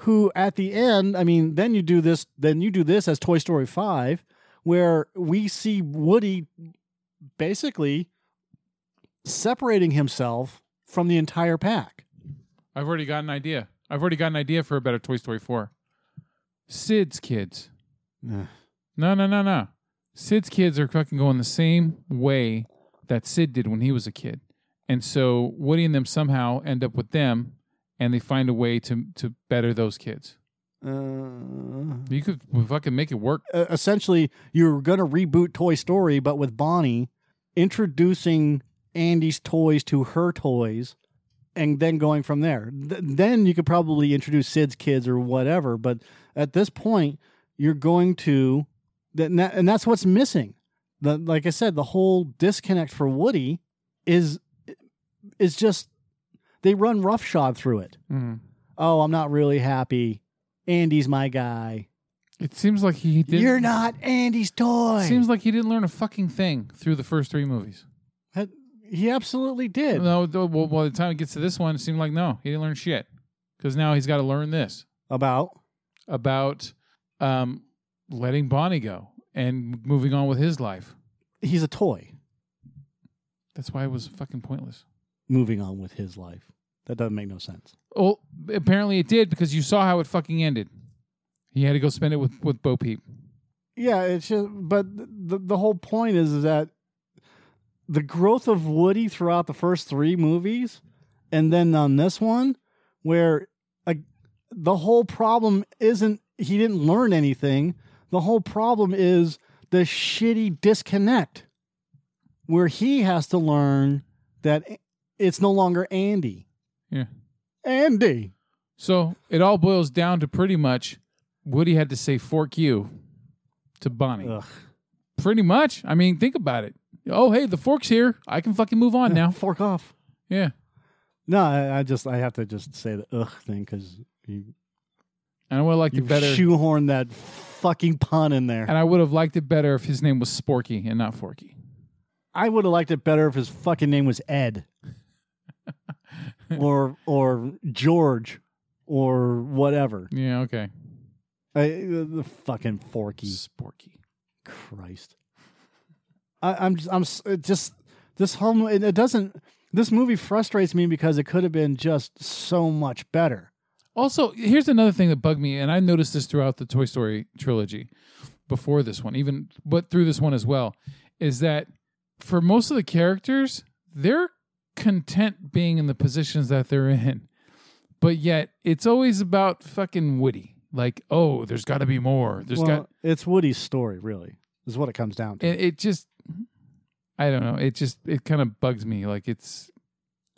Speaker 3: who at the end, I mean, then you do this, then you do this as Toy Story Five, where we see Woody basically separating himself from the entire pack.
Speaker 2: I've already got an idea. I've already got an idea for a better Toy Story 4. Sid's kids. No, no, no, no. Sid's kids are fucking going the same way that Sid did when he was a kid. And so Woody and them somehow end up with them and they find a way to to better those kids.
Speaker 3: Uh,
Speaker 2: You could fucking make it work.
Speaker 3: uh, essentially you're going to reboot Toy Story, but with Bonnie introducing Andy's toys to her toys, and then going from there. Th- then you could probably introduce Sid's kids or whatever. But at this point, you're going to, that, and that- and that's what's missing. The, like I said, the whole disconnect for Woody is is just they run roughshod through it.
Speaker 2: Mm.
Speaker 3: Oh, I'm not really happy. Andy's my guy.
Speaker 2: It seems like he did.
Speaker 3: You're not Andy's toy.
Speaker 2: Seems like he didn't learn a fucking thing through the first three movies.
Speaker 3: That- He absolutely did.
Speaker 2: No, th- well, by the time it gets to this one, it seemed like no, he didn't learn shit because now he's got to learn this
Speaker 3: About
Speaker 2: about um, letting Bonnie go and moving on with his life.
Speaker 3: he's a toy.
Speaker 2: That's why it was fucking pointless.
Speaker 3: Moving on with his life. That doesn't make no sense.
Speaker 2: Well, apparently it did because you saw how it fucking ended. He had to go spend it with with Bo Peep.
Speaker 3: Yeah, it's just. But the the whole point is, is that the growth of Woody throughout the first three movies, and then on this one, where like the whole problem isn't he didn't learn anything. The whole problem is the shitty disconnect, where he has to learn that it's no longer Andy.
Speaker 2: Yeah.
Speaker 3: Andy.
Speaker 2: So it all boils down to pretty much Woody had to say "fork you" to Bonnie.
Speaker 3: Ugh.
Speaker 2: Pretty much. I mean, think about it. Oh, hey, the fork's here. I can fucking move on now.
Speaker 3: fork off.
Speaker 2: Yeah.
Speaker 3: No, I, I just I have to just say the ugh thing because you
Speaker 2: And I would have liked
Speaker 3: you
Speaker 2: it better.
Speaker 3: shoehorn that fucking pun in there.
Speaker 2: And I would have liked it better if his name was Sporky and not Forky.
Speaker 3: I would have liked it better if his fucking name was Ed, or or George, or whatever.
Speaker 2: Yeah, okay.
Speaker 3: I, the fucking
Speaker 2: Hmm.
Speaker 3: Forky.
Speaker 2: Sporky.
Speaker 3: Christ. I, I'm just, I'm s- it just this whole mo- it, it doesn't. This movie frustrates me because it could have been just so much better.
Speaker 2: Also, here's another thing that bugged me, and I noticed this throughout the Toy Story trilogy before this one, even but through this one as well, is that for most of the characters, they're content being in the positions that they're in. But yet it's always about fucking Woody. Like, oh, there's gotta be more. There's
Speaker 3: well,
Speaker 2: got
Speaker 3: it's Woody's story, really, is what it comes down to.
Speaker 2: and it just I don't know. It just it kind of bugs me. Like it's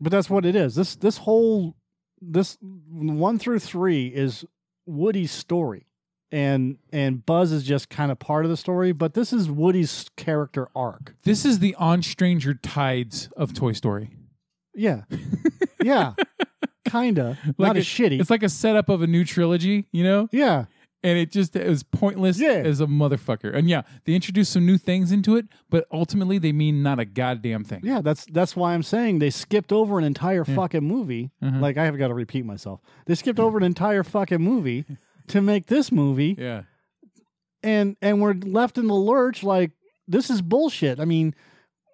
Speaker 3: But that's what it is. This this whole this one through three is Woody's story, and and Buzz is just kind of part of the story. But this is Woody's character arc.
Speaker 2: this is the on stranger tides of Toy Story.
Speaker 3: Yeah, yeah, kinda. Not
Speaker 2: it-
Speaker 3: as shitty.
Speaker 2: It's like a setup of a new trilogy, you know?
Speaker 3: yeah,
Speaker 2: And it just it was pointless
Speaker 3: Yeah.
Speaker 2: as a motherfucker. And yeah, they introduced some new things into it, but ultimately they mean not a goddamn thing.
Speaker 3: yeah. That's that's why I'm saying they skipped over an entire fucking movie.
Speaker 2: Mhm.
Speaker 3: Like I have got to repeat myself. They skipped over an entire fucking movie to make this movie.
Speaker 2: Yeah.
Speaker 3: and and we're left in the lurch like this is bullshit i mean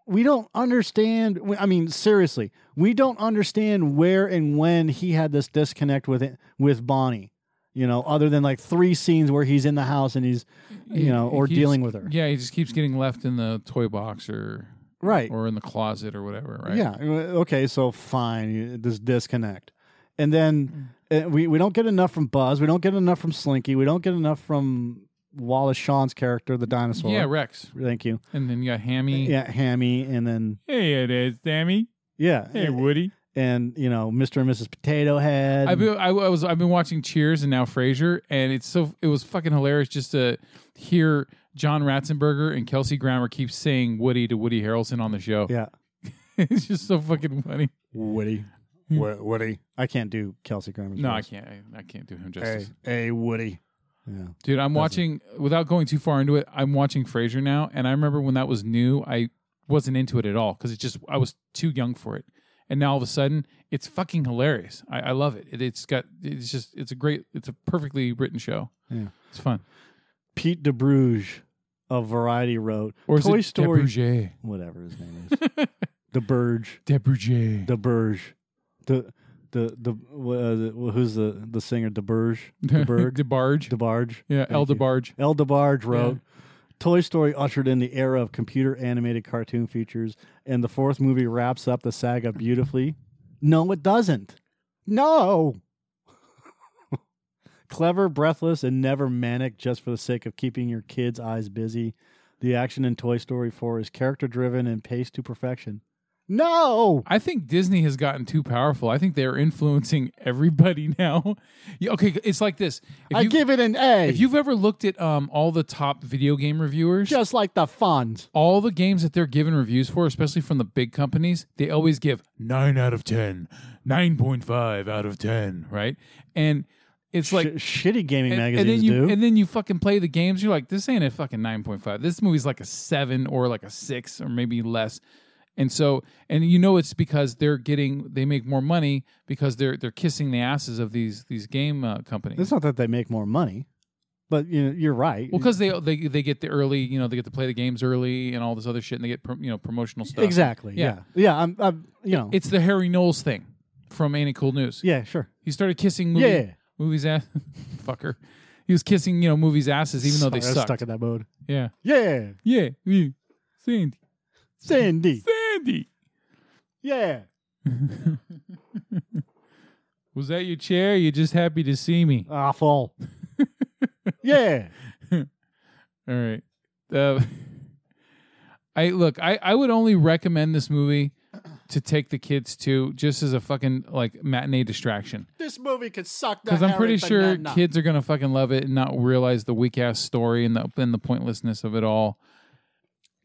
Speaker 3: we don't understand we- i mean seriously we don't understand where and when he had this disconnect with it with bonnie you know other than like three scenes where he's in the house and he's you
Speaker 2: He-
Speaker 3: know
Speaker 2: he
Speaker 3: or
Speaker 2: keeps-
Speaker 3: dealing with her
Speaker 2: Yeah, he just keeps getting left in the toy box or
Speaker 3: right
Speaker 2: or in the closet or whatever, right?
Speaker 3: Yeah. Uh, Okay. So fine. you- This disconnect,
Speaker 2: Mm.
Speaker 3: and then uh, we we don't get enough from Buzz. We don't get enough from Slinky. We don't get enough from Wallace Shawn's character, the dinosaur.
Speaker 2: Yeah, Rex.
Speaker 3: Thank you.
Speaker 2: And then you got Hammy.
Speaker 3: Yeah, Hammy, and then
Speaker 2: Hey, it is Sammy.
Speaker 3: yeah,
Speaker 2: Hey,
Speaker 3: and,
Speaker 2: Woody.
Speaker 3: and, you know Mr. and Mrs. Potato Head.
Speaker 2: I've been, I, I was I've been watching Cheers and now Frasier, and it's so it was fucking hilarious just to hear John Ratzenberger and Kelsey Grammer keep saying Woody to Woody Harrelson on the show.
Speaker 3: yeah,
Speaker 2: it's just so fucking funny.
Speaker 3: Woody, Woody. I can't do Kelsey Grammer's
Speaker 2: Hmm. No, I
Speaker 3: voice.
Speaker 2: can't. I, I can't do him justice.
Speaker 3: Hey, hey, Woody. Yeah.
Speaker 2: Dude, I'm
Speaker 3: Doesn't-
Speaker 2: watching without going too far into it. I'm watching Frasier now, and I remember when that was new, I wasn't into it at all because it just I was too young for it. And now all of a sudden, it's fucking hilarious. I, I love it. it. It's got it's just it's a great it's a perfectly written show.
Speaker 3: Yeah.
Speaker 2: it's fun.
Speaker 3: Pete DeBruge of Variety wrote
Speaker 2: Or is
Speaker 3: Toy
Speaker 2: it
Speaker 3: Story,
Speaker 2: Debrugge?
Speaker 3: whatever his name is, DeBurge,
Speaker 2: Debrugge.
Speaker 3: DeBurge, the the the uh, who's the the singer DeBurge, DeBurge,
Speaker 2: DeBarge.
Speaker 3: DeBarge,
Speaker 2: yeah, El
Speaker 3: Thank you.
Speaker 2: DeBarge.
Speaker 3: El DeBarge wrote.
Speaker 2: Yeah.
Speaker 3: Toy Story ushered in the era of computer animated cartoon features, and the fourth movie wraps up the saga beautifully. No, it doesn't. No. Clever, breathless, and never manic just for the sake of keeping your kids' eyes busy. The action in Toy Story 4 is character driven and paced to perfection. No.
Speaker 2: I think Disney has gotten too powerful. I think they're influencing everybody now. Yeah, okay, it's like this. If
Speaker 3: I
Speaker 2: you-
Speaker 3: give it an A.
Speaker 2: If you've ever looked at um, all the top video game reviewers,
Speaker 3: just like the Fonz.
Speaker 2: all the games that they're giving reviews for, especially from the big companies, they always give 9 out of 10, 9.5 out of 10, right? And it's like.
Speaker 3: Sh- shitty gaming
Speaker 2: and, and
Speaker 3: magazines
Speaker 2: then you
Speaker 3: do.
Speaker 2: and then you fucking play the games. You're like, this ain't a fucking nine point five. This movie's like a seven or like a six or maybe less. And so, and you know, it's because they're getting they make more money because they're they're kissing the asses of these these game uh, companies.
Speaker 3: it's not that they make more money, but you know, you're right.
Speaker 2: Well, because they, they they get the early, you know, they get to play the games early and all this other shit, and they get pro, you know promotional stuff.
Speaker 3: Exactly.
Speaker 2: Yeah.
Speaker 3: Yeah. Yeah. I'm, I'm you know.
Speaker 2: It's the Harry Knowles thing from Ain't It Cool News.
Speaker 3: yeah. Sure.
Speaker 2: He started kissing movie,
Speaker 3: Yeah.
Speaker 2: movies ass, fucker. He was kissing you know movies asses even though they
Speaker 3: Sorry, I was
Speaker 2: sucked.
Speaker 3: stuck in that mode.
Speaker 2: Yeah,
Speaker 3: Yeah.
Speaker 2: yeah, yeah. Sandy,
Speaker 3: Sandy.
Speaker 2: Sandy,
Speaker 3: Yeah.
Speaker 2: was that your chair? You're just happy to see me.
Speaker 3: Awful. yeah.
Speaker 2: All right. Uh, I look. I I would only recommend this movie to take the kids to just as a fucking like matinee distraction.
Speaker 3: This movie could suck.
Speaker 2: Because I'm pretty sure kids are gonna fucking love it and not realize the weak ass story and the and the pointlessness of it all.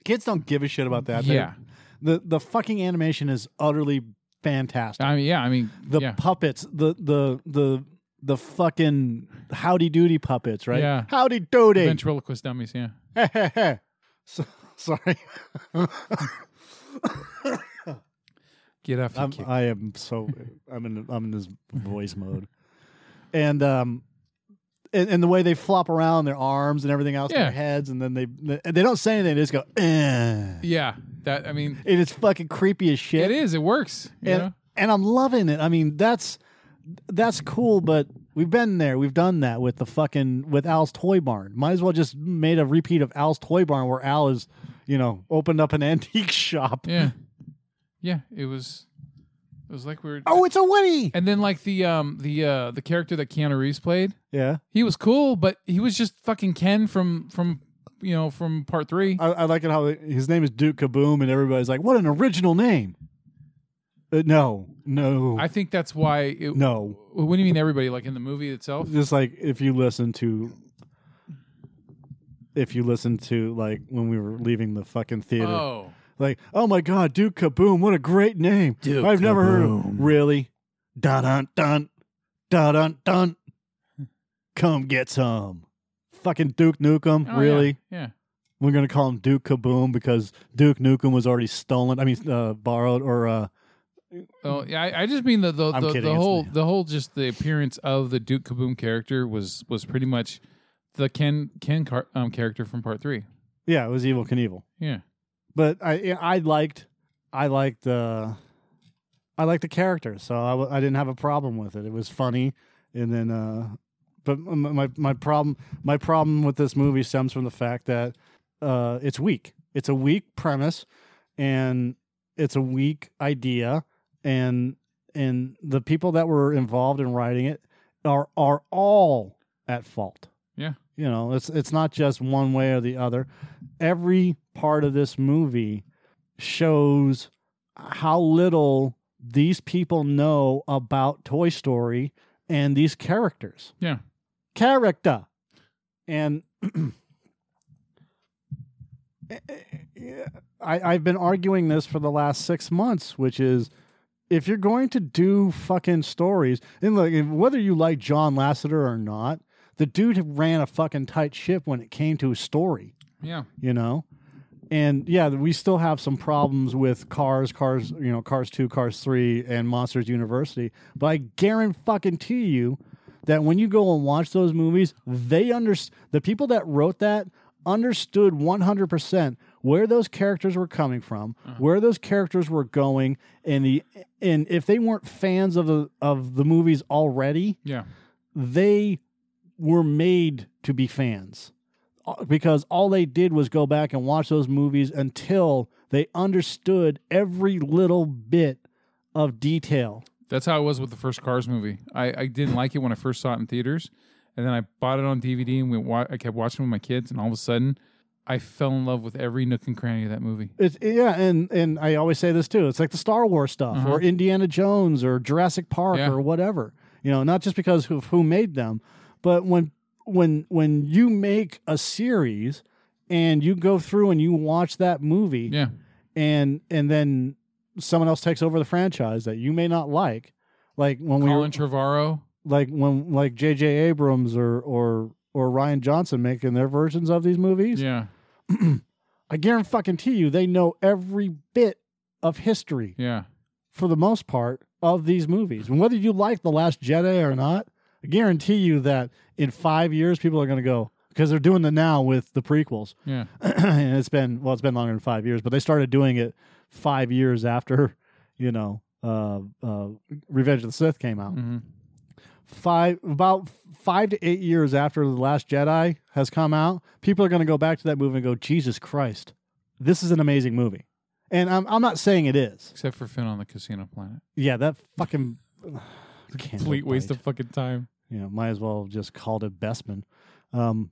Speaker 3: kids don't give a shit about that. They're-
Speaker 2: yeah,
Speaker 3: The the fucking animation is utterly fantastic.
Speaker 2: I mean, yeah, I mean,
Speaker 3: the
Speaker 2: yeah,
Speaker 3: puppets. The the the the fucking howdy doody puppets. Right.
Speaker 2: Yeah.
Speaker 3: Howdy doody.
Speaker 2: ventriloquist dummies. Yeah,
Speaker 3: so, sorry.
Speaker 2: get off your
Speaker 3: I'm, uh,
Speaker 2: kick.
Speaker 3: I am so I'm in I'm in this voice mode, and um, and, and the way they flop around their arms and everything else, and
Speaker 2: Yeah.
Speaker 3: their heads, and then they and they don't say anything. They just go, eh. and
Speaker 2: yeah, that I mean,
Speaker 3: it's fucking creepy as shit.
Speaker 2: it is. It works. You
Speaker 3: and
Speaker 2: know?
Speaker 3: and I'm loving it. I mean, that's that's cool, but we've been there, we've done that with the fucking with Al's Toy Barn. Might as well just made a repeat of Al's Toy Barn where Al is, you know, opened up an antique shop.
Speaker 2: Yeah, yeah. It was. It was like we were.
Speaker 3: Oh, it's a Woody.
Speaker 2: And then like the um the uh the character that Keanu Reeves played,
Speaker 3: Yeah.
Speaker 2: he was cool, but he was just fucking Ken from from you know from part three.
Speaker 3: I, I like it how his name is Duke Kaboom, and everybody's like, "What an original name!" Uh, no, no,
Speaker 2: I think that's why. It,
Speaker 3: no.
Speaker 2: What do you mean everybody? Like in the movie itself?
Speaker 3: Just like if you listen to, if you listen to like when we were leaving the fucking theater,
Speaker 2: Oh.
Speaker 3: like, "Oh my God, Duke Kaboom! What a great name!
Speaker 1: Duke
Speaker 3: I've never heard of
Speaker 1: Kaboom.
Speaker 3: really." Dun dun dun, dun dun dun. Come get some, fucking Duke Nukem.
Speaker 2: Oh, yeah.
Speaker 3: really?
Speaker 2: Yeah.
Speaker 3: We're gonna call him Duke Kaboom because Duke Nukem was already stolen. I mean, uh, borrowed or uh,
Speaker 2: Oh yeah, I, I just mean the the,
Speaker 3: I'm
Speaker 2: the,
Speaker 3: kidding,
Speaker 2: the
Speaker 3: it's
Speaker 2: whole
Speaker 3: me.
Speaker 2: the whole just the appearance of the Duke Kaboom character was was pretty much the Ken Ken car, um, character from Part Three.
Speaker 3: yeah, it was Evil Knievel.
Speaker 2: Yeah,
Speaker 3: But I, I liked, I liked the, I liked the character, so I, w- I didn't have a problem with it. It was funny, and then, uh, but m- my my problem my problem with this movie stems from the fact that uh, it's weak. It's a weak premise, and it's a weak idea, and and the people that were involved in writing it are are all at fault.
Speaker 2: Yeah.
Speaker 3: You You know, it's it's not just one way or the other. Every part of this movie shows how little these people know about Toy Story and these characters.
Speaker 2: Yeah.
Speaker 3: Character. And I, I've been arguing this for the last six months, which is if you're going to do fucking stories, and look, whether you like John Lasseter or not, the dude ran a fucking tight ship when it came to a story,
Speaker 2: Yeah.
Speaker 3: you know? And yeah, we still have some problems with Cars, Cars, you know, Cars 2, Cars 3, and Monsters University. But I guarantee fucking to you that when you go and watch those movies, they under the people that wrote that understood 100% where those characters were coming from, where those characters were going, and the and if they weren't fans of the of the movies already,
Speaker 2: Yeah.
Speaker 3: they were made to be fans Uh, because all they did was go back and watch those movies until they understood every little bit of detail.
Speaker 2: That's how it was with the first Cars movie. I, I didn't like it when I first saw it in theaters, and then I bought it on DVD and we wa- I kept watching it with my kids, and all of a sudden, I fell in love with every nook and cranny of that movie.
Speaker 3: It's yeah, and and I always say this too. It's like the Star Wars stuff
Speaker 2: Uh-huh.
Speaker 3: or Indiana Jones or Jurassic Park
Speaker 2: Yeah.
Speaker 3: or whatever. You know, not just because of who made them, but when when when you make a series and you go through and you watch that movie
Speaker 2: Yeah.
Speaker 3: and and then someone else takes over the franchise that you may not like, like when we were,
Speaker 2: Colin Trevorrow.
Speaker 3: like when like J.J. Abrams or or or Ryan Johnson making their versions of these movies.
Speaker 2: Yeah.
Speaker 3: I guarantee you, they know every bit of history
Speaker 2: Yeah.
Speaker 3: for the most part of these movies. And whether you like The Last Jedi or not, I guarantee you that in five years, people are going to go because they're doing the now with the prequels.
Speaker 2: Yeah.
Speaker 3: and it's been well, it's been longer than five years, but they started doing it five years after you know uh, uh, Revenge of the Sith came out.
Speaker 2: hmm
Speaker 3: Five about five to eight years after The Last Jedi has come out, people are going to go back to that movie and go, Jesus Christ, this is an amazing movie. And I'm I'm not saying it is.
Speaker 2: Except for Finn on the Casino Planet.
Speaker 3: Yeah, that fucking
Speaker 2: Complete waste of fucking time.
Speaker 3: you know, might as well have just called it Bestman. Um,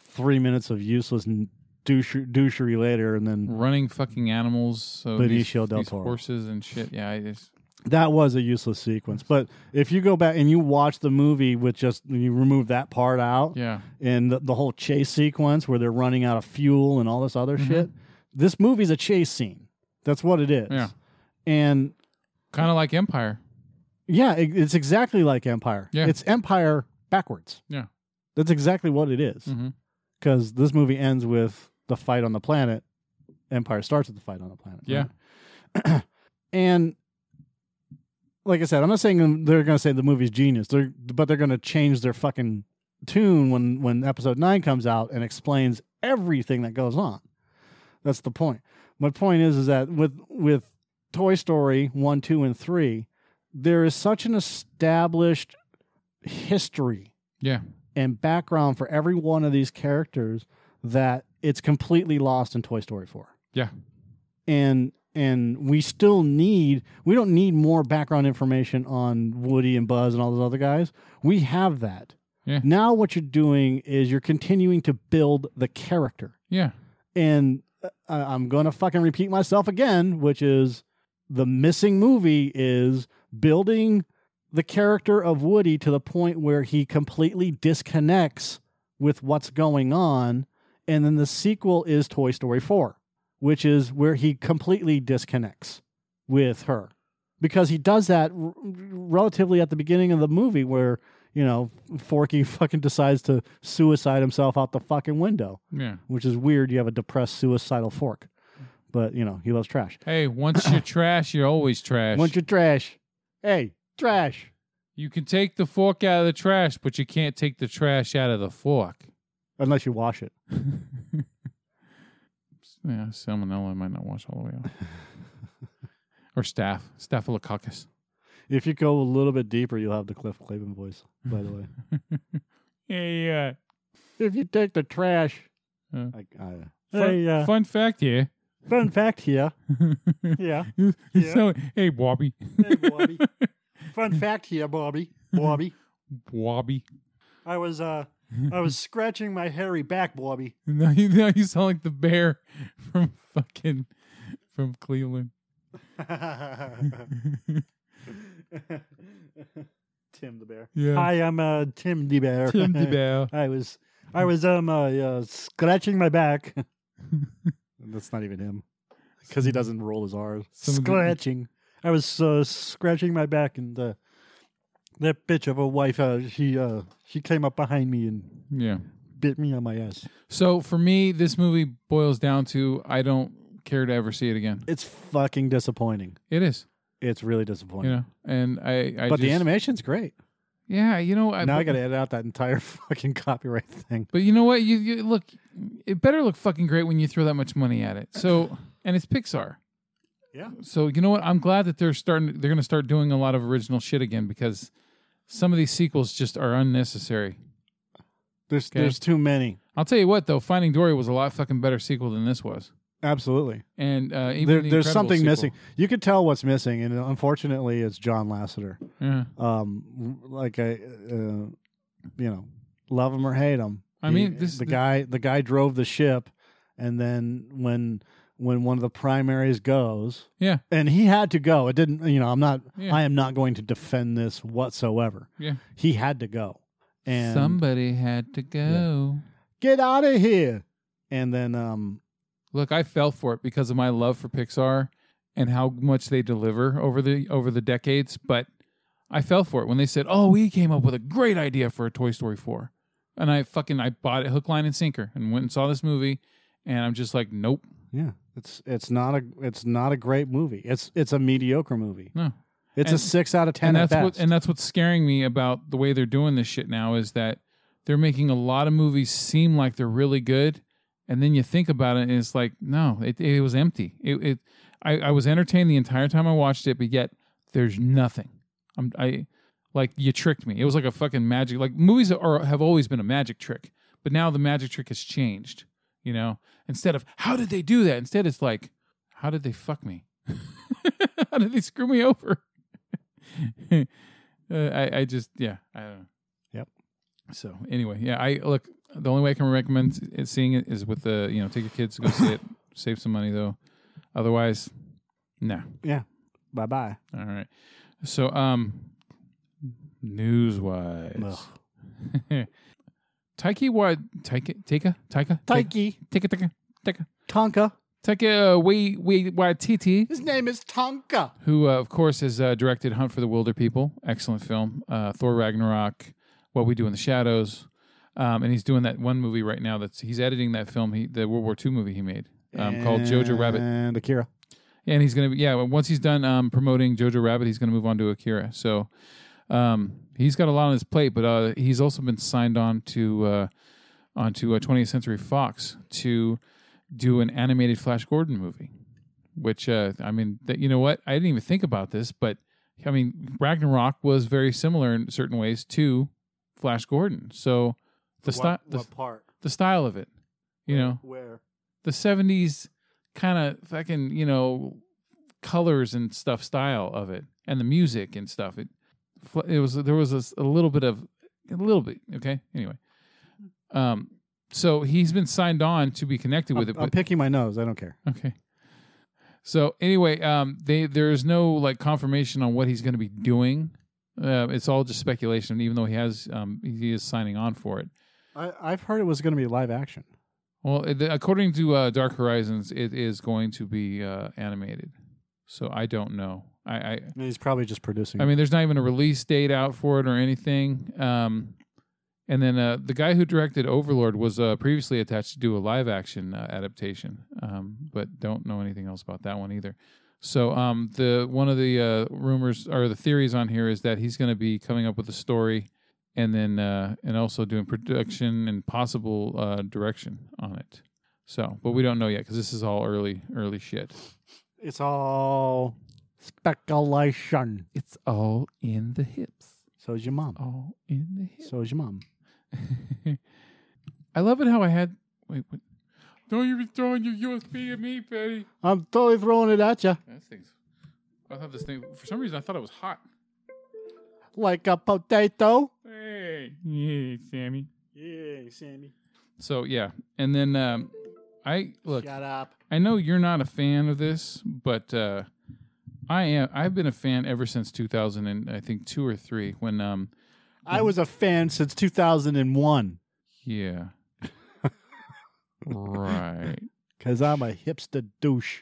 Speaker 3: three minutes of useless n- douche- douchery later, and then
Speaker 2: Running fucking animals. So
Speaker 3: Benicio
Speaker 2: these,
Speaker 3: del
Speaker 2: these
Speaker 3: Toro.
Speaker 2: horses and shit. Yeah. I just,
Speaker 3: that was a useless sequence. But if you go back and you watch the movie with just you remove that part out
Speaker 2: yeah.
Speaker 3: and the, the whole chase sequence where they're running out of fuel and all this other
Speaker 2: Mm-hmm.
Speaker 3: shit, this movie's a chase scene. That's what it is.
Speaker 2: Yeah.
Speaker 3: And
Speaker 2: Kind of like Empire.
Speaker 3: yeah, it, it's exactly like Empire.
Speaker 2: Yeah.
Speaker 3: It's Empire backwards.
Speaker 2: Yeah.
Speaker 3: That's exactly what it is.
Speaker 2: Mhm.
Speaker 3: Because this movie ends with the fight on the planet. Empire starts with the fight on the planet.
Speaker 2: Yeah.
Speaker 3: right? and like I said, I'm not saying they're going to say the movie's genius. They're but they're going to change their fucking tune when when episode 9 comes out and explains everything that goes on. That's the point. My point is is that with with Toy Story 1, 2 and 3, there is such an established history
Speaker 2: Yeah.
Speaker 3: and background for every one of these characters that it's completely lost in Toy Story 4
Speaker 2: Yeah.
Speaker 3: and and we still need we don't need more background information on Woody and Buzz and all those other guys. We have that.
Speaker 2: Yeah.
Speaker 3: Now what you're doing is you're continuing to build the character.
Speaker 2: Yeah.
Speaker 3: And uh, I- I'm going to fucking repeat myself again, which is the missing movie is building the character of Woody to the point where he completely disconnects with what's going on. And then the sequel is Toy Story 4, which is where he completely disconnects with her because he does that r- relatively at the beginning of the movie where, you know, Forky fucking decides to suicide himself out the fucking window
Speaker 2: Yeah.
Speaker 3: which is weird. You have a depressed suicidal fork, but you know he loves trash.
Speaker 2: Hey, once you're trash, you're always trash.
Speaker 3: Want your trash? Hey, trash.
Speaker 2: You can take the fork out of the trash, but you can't take the trash out of the fork.
Speaker 3: Unless you wash it.
Speaker 2: Yeah, salmonella might not wash all the way out. or staff, staphylococcus.
Speaker 3: If you go a little bit deeper, you'll have the Cliff Clavin voice. By the way,
Speaker 2: Yeah, yeah.
Speaker 3: if you take the trash,
Speaker 2: Uh.
Speaker 3: I, I,
Speaker 2: Fun,
Speaker 3: hey, uh,
Speaker 2: fun fact here.
Speaker 3: fun fact here. yeah. Yeah.
Speaker 2: So, hey, Wobby.
Speaker 3: Hey, Bobby. fun fact here, Bobby. Bobby.
Speaker 2: Wobby.
Speaker 3: I was uh I was scratching my hairy back, Bobby.
Speaker 2: Now you, now you sound like the bear from fucking from Cleveland.
Speaker 3: Tim the bear.
Speaker 2: Yeah.
Speaker 3: Hi, I'm uh, Tim the bear.
Speaker 2: Tim the bear.
Speaker 3: I was I was um uh, uh, scratching my back. That's not even him because he doesn't roll his R's.
Speaker 2: Some of the-
Speaker 3: scratching. I was uh, scratching my back, and uh, that bitch of a wife, uh, she uh, she came up behind me and
Speaker 2: Yeah.
Speaker 3: bit me on my ass.
Speaker 2: So for me, this movie boils down to I don't care to ever see it again.
Speaker 3: It's fucking disappointing.
Speaker 2: It is,
Speaker 3: It's really
Speaker 2: you
Speaker 3: disappointing.
Speaker 2: know, and I. I
Speaker 3: but
Speaker 2: just,
Speaker 3: the animation's great.
Speaker 2: Yeah, you know. I,
Speaker 3: now I
Speaker 2: but-
Speaker 3: got to edit out that entire fucking copyright thing.
Speaker 2: But you know what? You, you look. It better look fucking great when you throw that much money at it. So, and it's Pixar.
Speaker 3: Yeah.
Speaker 2: So you know what? I'm glad that they're starting. They're going to start doing a lot of original shit again because some of these sequels just are unnecessary.
Speaker 3: There's
Speaker 2: Okay.
Speaker 3: there's too many.
Speaker 2: I'll tell you what, though, Finding Dory was a lot fucking better sequel than this was,
Speaker 3: Absolutely.
Speaker 2: and uh, even
Speaker 3: There,
Speaker 2: the
Speaker 3: there's
Speaker 2: Incredibles
Speaker 3: something
Speaker 2: sequel.
Speaker 3: missing. You could tell what's missing, and unfortunately, it's John Lasseter.
Speaker 2: Yeah.
Speaker 3: um like i uh, you know love him or hate him
Speaker 2: I mean, this-
Speaker 3: the guy the guy drove the ship and then when when one of the primaries goes
Speaker 2: Yeah.
Speaker 3: and he had to go it didn't you know i'm not
Speaker 2: Yeah.
Speaker 3: i am not going to defend this whatsoever
Speaker 2: Yeah.
Speaker 3: he had to go and
Speaker 2: Somebody had to go.
Speaker 3: get out of here and then um
Speaker 2: Look, I fell for it because of my love for Pixar and how much they deliver over the over the decades, but I fell for it when they said, "Oh, we came up with a great idea for a Toy Story 4." And I fucking I bought it hook line and sinker and went and saw this movie and I'm just like, "Nope."
Speaker 3: yeah it's it's not a it's not a great movie it's it's a mediocre movie
Speaker 2: No.
Speaker 3: it's a
Speaker 2: And-
Speaker 3: 6 out of 10
Speaker 2: and
Speaker 3: at
Speaker 2: that's
Speaker 3: best
Speaker 2: what and that's what's scaring me about the way they're doing this shit now is that they're making a lot of movies seem like they're really good and then you think about it and it's like no it, it was empty it, it I, I was entertained the entire time i watched it but yet there's nothing i'm i like you tricked me it was like a fucking magic like movies are have always been a magic trick but now the magic trick has changed you know instead of how did they do that instead it's like how did they fuck me how did they screw me over uh, I, I just yeah I don't know.
Speaker 3: Yep.
Speaker 2: So anyway, yeah, I look. The only way I can recommend it, seeing it is with the you know take your kids to go see it, save some money though. Otherwise, nah.
Speaker 3: bye-bye
Speaker 2: All right. So um, news wise,
Speaker 3: Ugh.
Speaker 2: Taiki wa Taika Taika Taika
Speaker 3: taiki
Speaker 2: Taika Taika
Speaker 3: tonka
Speaker 2: Taika uh, Wai Wai Waititi.
Speaker 3: His name is Tonka.
Speaker 2: who, uh, of course, has uh, directed Hunt for the Wilder People, excellent film, uh, Thor Ragnarok, What We Do in the Shadows, um, and he's doing that one movie right now that's he's editing that film, he, the World War II movie he made um, called Jojo Rabbit,
Speaker 3: And Akira.
Speaker 2: and he's gonna be yeah. Once he's done um, promoting Jojo Rabbit, he's gonna move on to Akira. So um, he's got a lot on his plate, but uh, he's also been signed on to uh, onto uh, 20th Century Fox to do an animated Flash Gordon movie which uh, I mean, that you know what? I didn't even think about this, but I mean, Ragnarok was very similar in certain ways to Flash Gordon. So the style, the,
Speaker 3: part?
Speaker 2: the style of it, you know,
Speaker 3: where?
Speaker 2: the '70s kind of fucking you know colors and stuff style of it, and the music and stuff. It fl- it was there was a, s- a little bit of a little bit okay. Anyway, um, so he's been signed on to be connected with
Speaker 3: I'm,
Speaker 2: it.
Speaker 3: I'm
Speaker 2: but-
Speaker 3: picking my nose. I don't care.
Speaker 2: Okay. So anyway, um, they there's no like confirmation on what he's going to be doing. Uh, it's all just speculation, even though he has um, he is signing on for it.
Speaker 3: I, I've heard it was going to be live action.
Speaker 2: Well, it, according to uh, Dark Horizons, it is going to be uh, animated. So I don't know. I, I
Speaker 3: And he's probably just producing.
Speaker 2: I mean, there's not even a release date out for it or anything. Um, and then uh, the guy who directed Overlord was uh, previously attached to do a live action uh, adaptation, um, but don't know anything else about that one either. So um, the one of the uh, rumors or the theories on here is that he's going to be coming up with a story, and then uh, and also doing production and possible uh, direction on it. So, but we don't know yet because this is all early early shit.
Speaker 3: it's all speculation.
Speaker 2: It's all in the hips.
Speaker 3: So is your mom.
Speaker 2: All in the hips.
Speaker 3: So is your mom.
Speaker 2: I love it how I had. Wait, what? Don't you be throwing your USB at me, Betty.
Speaker 3: I'm totally throwing it at you
Speaker 2: That thing's. I thought this thing. For some reason, I thought it was hot.
Speaker 3: like a potato.
Speaker 2: Hey, yeah, Sammy.
Speaker 3: Yay, Sandy.
Speaker 2: So yeah, and then um, I look.
Speaker 1: Shut up.
Speaker 2: I know you're not a fan of this, but uh, I am. I've been a fan ever since 2000, and I think two or three when um,
Speaker 3: I was a fan since 2001
Speaker 2: yeah, right.
Speaker 3: because I'm a hipster douche.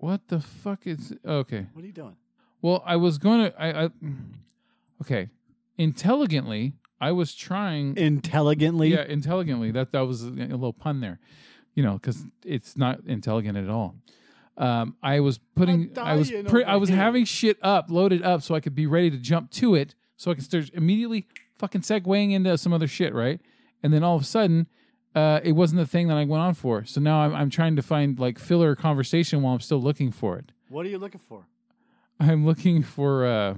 Speaker 2: What the fuck is okay?
Speaker 3: What are you doing?
Speaker 2: Well, I was going to. I, I okay. Intelligently, I was trying.
Speaker 3: Intelligently?
Speaker 2: Yeah, intelligently. That that was a little pun there, you know, because it's not intelligent at all. Um, I was putting,
Speaker 3: I'm
Speaker 2: I was,
Speaker 3: dying
Speaker 2: pre- I
Speaker 3: over
Speaker 2: was
Speaker 3: here.
Speaker 2: having shit up, loaded up, so I could be ready to jump to it, so I could start immediately fucking segueing into some other shit, right? And then all of a sudden, uh, it wasn't the thing that I went on for. So now I'm, I'm trying to find like filler conversation while I'm still looking for it.
Speaker 3: What are you looking for?
Speaker 2: I'm looking for uh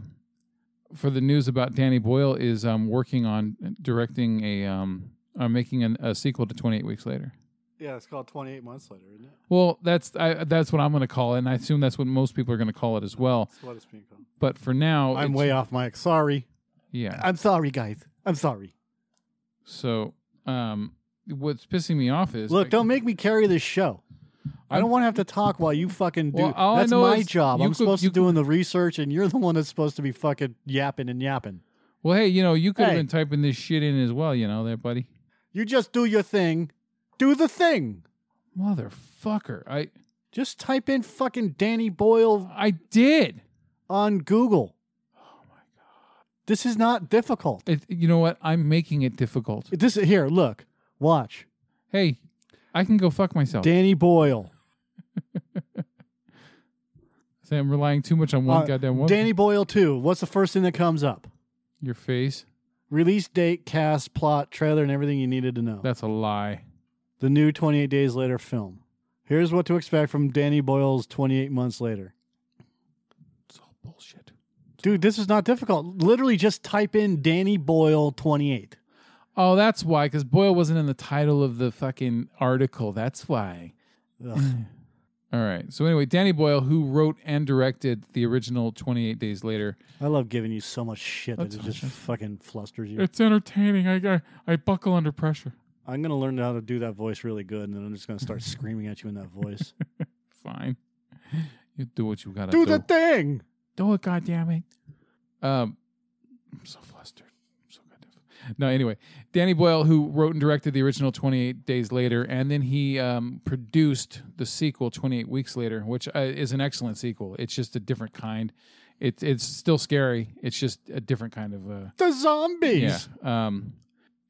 Speaker 2: for the news about Danny Boyle is um working on directing a um uh, making an, a sequel to 28 weeks later.
Speaker 3: Yeah, it's called 28 months later, isn't it?
Speaker 2: Well, that's I, that's what I'm going to call it, and I assume that's what most people are going to call it as well.
Speaker 3: That's what it's being called.
Speaker 2: But for now,
Speaker 3: I'm
Speaker 2: it's-
Speaker 3: way off, Mike. Sorry.
Speaker 2: yeah.
Speaker 3: I'm sorry, guys. I'm sorry.
Speaker 2: So um, what's pissing me off is
Speaker 3: Look, don't make me carry this show. I
Speaker 2: I'm-
Speaker 3: don't want to have to talk while you fucking do.
Speaker 2: Well, all I
Speaker 3: that's
Speaker 2: know
Speaker 3: my
Speaker 2: is
Speaker 3: job.
Speaker 2: you
Speaker 3: I'm
Speaker 2: could-
Speaker 3: supposed
Speaker 2: you
Speaker 3: to doing the research, and you're the one that's supposed to be fucking yapping and yapping.
Speaker 2: Well, hey, you know, you could have
Speaker 3: Hey.
Speaker 2: been typing this shit in as well, you know, there, buddy.
Speaker 3: You just do your thing. Do the thing.
Speaker 2: Motherfucker, I
Speaker 3: Just type in fucking Danny Boyle
Speaker 2: I did.
Speaker 3: on Google. This is not difficult.
Speaker 2: It, you know what? I'm making it difficult.
Speaker 3: This here, look, watch.
Speaker 2: Hey, I can go fuck myself.
Speaker 3: Danny Boyle.
Speaker 2: Say I'm relying too much on one
Speaker 3: Uh,
Speaker 2: goddamn woman.
Speaker 3: Danny Boyle 2. What's the first thing that comes up?
Speaker 2: Your face.
Speaker 3: Release date, cast, plot, trailer, and everything you needed to know.
Speaker 2: That's a lie.
Speaker 3: the new 28 Days Later film. Here's what to expect from Danny Boyle's 28 Months Later.
Speaker 2: It's all bullshit.
Speaker 3: Dude, this is not difficult. Literally just type in Danny Boyle 28.
Speaker 2: Oh, that's why. Because Boyle wasn't in the title of the fucking article. That's why. Mm.
Speaker 3: Ugh.
Speaker 2: All right. So anyway, Danny Boyle, who wrote and directed the original 28 Days Later.
Speaker 3: I love giving you so much shit that
Speaker 2: That's
Speaker 3: it just fucking flusters you.
Speaker 2: It's entertaining. I, I I buckle under pressure.
Speaker 3: I'm going to learn how to do that voice really good, and then I'm just going to start screaming at you in that voice.
Speaker 2: Fine. You do what you gotta do.
Speaker 3: do the thing!
Speaker 2: Do it, goddammit. Um, I'm so flustered. I'm so goddamn. fl- No, anyway, Danny Boyle, who wrote and directed the original 28 Days Later, and then he um, produced the sequel 28 Weeks Later, which uh, is an excellent sequel. It's just a different kind. It's it's still scary. It's just a different kind of uh,
Speaker 3: The zombies!
Speaker 2: yeah. Um,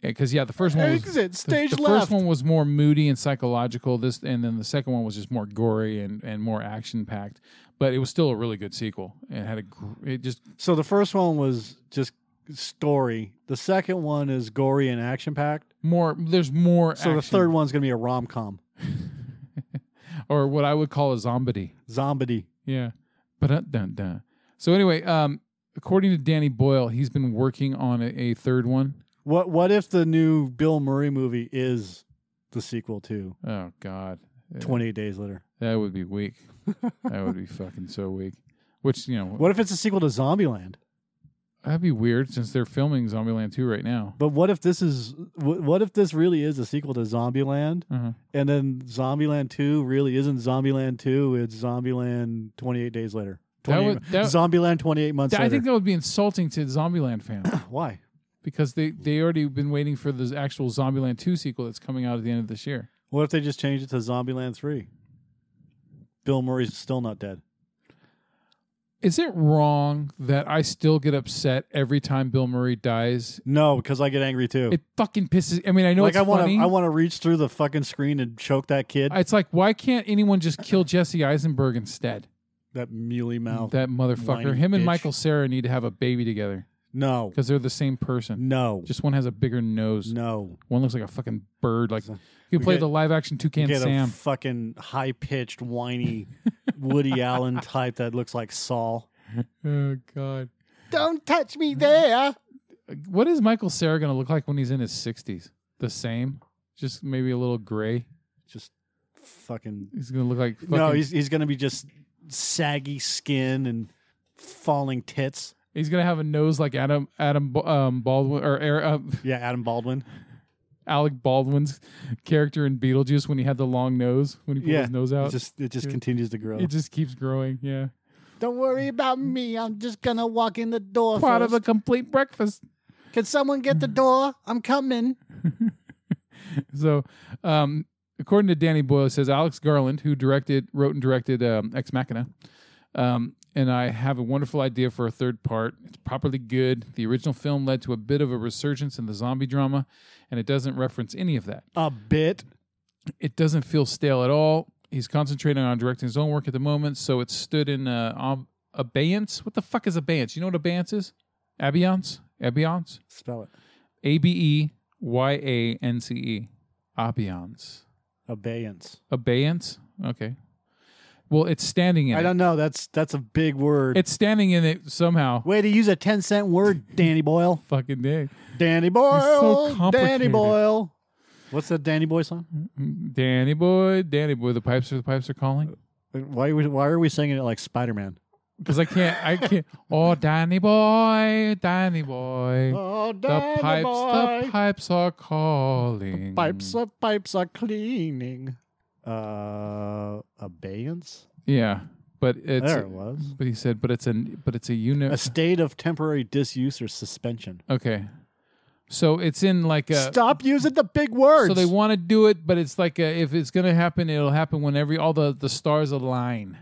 Speaker 2: because yeah, the first one was,
Speaker 3: Exit,
Speaker 2: the-
Speaker 3: stage
Speaker 2: the,
Speaker 3: left.
Speaker 2: first one was more moody and psychological. This and then the second one was just more gory and, and more action packed. But it was still a really good sequel. It had a gr- it just
Speaker 3: So the first one was just story, the second one is gory and action packed.
Speaker 2: more. There's more.
Speaker 3: So the
Speaker 2: action,
Speaker 3: third one's going to be a rom com.
Speaker 2: or what I would call a zombie.
Speaker 3: Zombie.
Speaker 2: Yeah. But dun dun. So anyway, um, according to Danny Boyle, he's been working on a, a third one.
Speaker 3: What what if the new Bill Murray movie is the sequel to
Speaker 2: Oh God, Yeah.
Speaker 3: 28 Days Later?
Speaker 2: that would be weak. that would be fucking so weak. Which you know,
Speaker 3: What if it's a sequel to Zombieland?
Speaker 2: that'd be weird since they're filming Zombieland 2 right now.
Speaker 3: But what if this is wh- what if this really is a sequel to Zombieland
Speaker 2: Uh-huh.
Speaker 3: and then Zombieland 2 really isn't Zombieland 2, it's Zombieland 28 Days Later.
Speaker 2: That
Speaker 3: 28
Speaker 2: would- that-
Speaker 3: Zombieland 28 months
Speaker 2: I
Speaker 3: later.
Speaker 2: think that would be insulting to Zombieland fans
Speaker 3: Why?
Speaker 2: because they they already been waiting for the actual Zombieland 2 sequel that's coming out at the end of this year.
Speaker 3: What if they just changed it to Zombieland 3? Bill Murray's still not dead.
Speaker 2: Is it wrong that I still get upset every time Bill Murray dies?
Speaker 3: No, because I get angry too.
Speaker 2: It fucking pisses. I mean, I know
Speaker 3: like
Speaker 2: it's
Speaker 3: I want
Speaker 2: funny.
Speaker 3: to I want to reach through the fucking screen and choke that kid.
Speaker 2: it's like why can't anyone just kill Jesse Eisenberg instead?
Speaker 3: that muley mouth.
Speaker 2: that motherfucker.
Speaker 3: whiny
Speaker 2: Him and
Speaker 3: bitch.
Speaker 2: Michael Sarah need to have a baby together
Speaker 3: No.
Speaker 2: because they're the same person.
Speaker 3: No.
Speaker 2: Just one has a bigger nose.
Speaker 3: no.
Speaker 2: One looks like a fucking bird. Like you
Speaker 3: We
Speaker 2: play
Speaker 3: get-
Speaker 2: the live action Toucan
Speaker 3: Get a
Speaker 2: Sam.
Speaker 3: fucking high pitched, whiny Woody Allen type that looks like Saul.
Speaker 2: oh God.
Speaker 1: Don't touch me there.
Speaker 2: What is Michael Sarah going to look like when he's in his 60s? The same? Just maybe a little gray?
Speaker 3: Just fucking.
Speaker 2: He's going to look like fucking,
Speaker 3: no, he's he's gonna be just saggy skin and falling tits.
Speaker 2: he's going to have a nose like Adam Adam Ba- um, Baldwin or Ar- uh,
Speaker 3: Yeah, Adam Baldwin.
Speaker 2: Alec Baldwin's character in Beetlejuice when he had the long nose when he pulled
Speaker 3: yeah,
Speaker 2: his nose out.
Speaker 3: It just it just
Speaker 2: Yeah.
Speaker 3: continues to grow.
Speaker 2: it just keeps growing. Yeah,
Speaker 1: Don't worry about me. I'm just gonna walk in the door.
Speaker 2: part
Speaker 1: first.
Speaker 2: of a complete breakfast.
Speaker 1: Can someone get the door? I'm coming.
Speaker 2: So, um, according to Danny Boyle, it says Alex Garland, who directed, wrote, and directed um, Ex Machina, um, and I have a wonderful idea for a third part. It's properly good. The original film led to a bit of a resurgence in the zombie drama, and it doesn't reference any of that.
Speaker 3: a bit.
Speaker 2: It doesn't feel stale at all. He's concentrating on directing his own work at the moment, so it stood in uh, ob- abeyance. What the fuck is abeyance? You know what abeyance is? Abeyance? Abeyance?
Speaker 3: Spell it.
Speaker 2: A B E Y A N C E. Abeyance.
Speaker 3: Abeyance.
Speaker 2: Abeyance? Okay. Well, it's standing in
Speaker 3: I
Speaker 2: it.
Speaker 3: don't know. That's that's a big word.
Speaker 2: It's standing in it somehow.
Speaker 3: Way to use a ten cent word, Danny Boyle.
Speaker 2: Fucking day.
Speaker 3: Danny Boyle. Danny
Speaker 2: complicated.
Speaker 3: Boyle. What's that Danny Boy song?
Speaker 2: Danny boy, Danny boy, the pipes are the pipes are calling.
Speaker 3: Why are we, why are we singing it like Spider Man?
Speaker 2: Because I can't, I can't. Oh, Danny boy, Danny boy.
Speaker 3: Oh,
Speaker 2: the pipes, the pipes are calling.
Speaker 3: pipes, the pipes are cleaning. Uh, abeyance.
Speaker 2: Yeah, but it's.
Speaker 3: there it was.
Speaker 2: But he said, but it's an, but it's a
Speaker 3: A
Speaker 2: unit.
Speaker 3: state of temporary disuse or suspension.
Speaker 2: Okay, so it's in like a.
Speaker 3: Stop using the big words.
Speaker 2: So they want to do it, but it's like a, if it's gonna happen, it'll happen when every all the the stars align.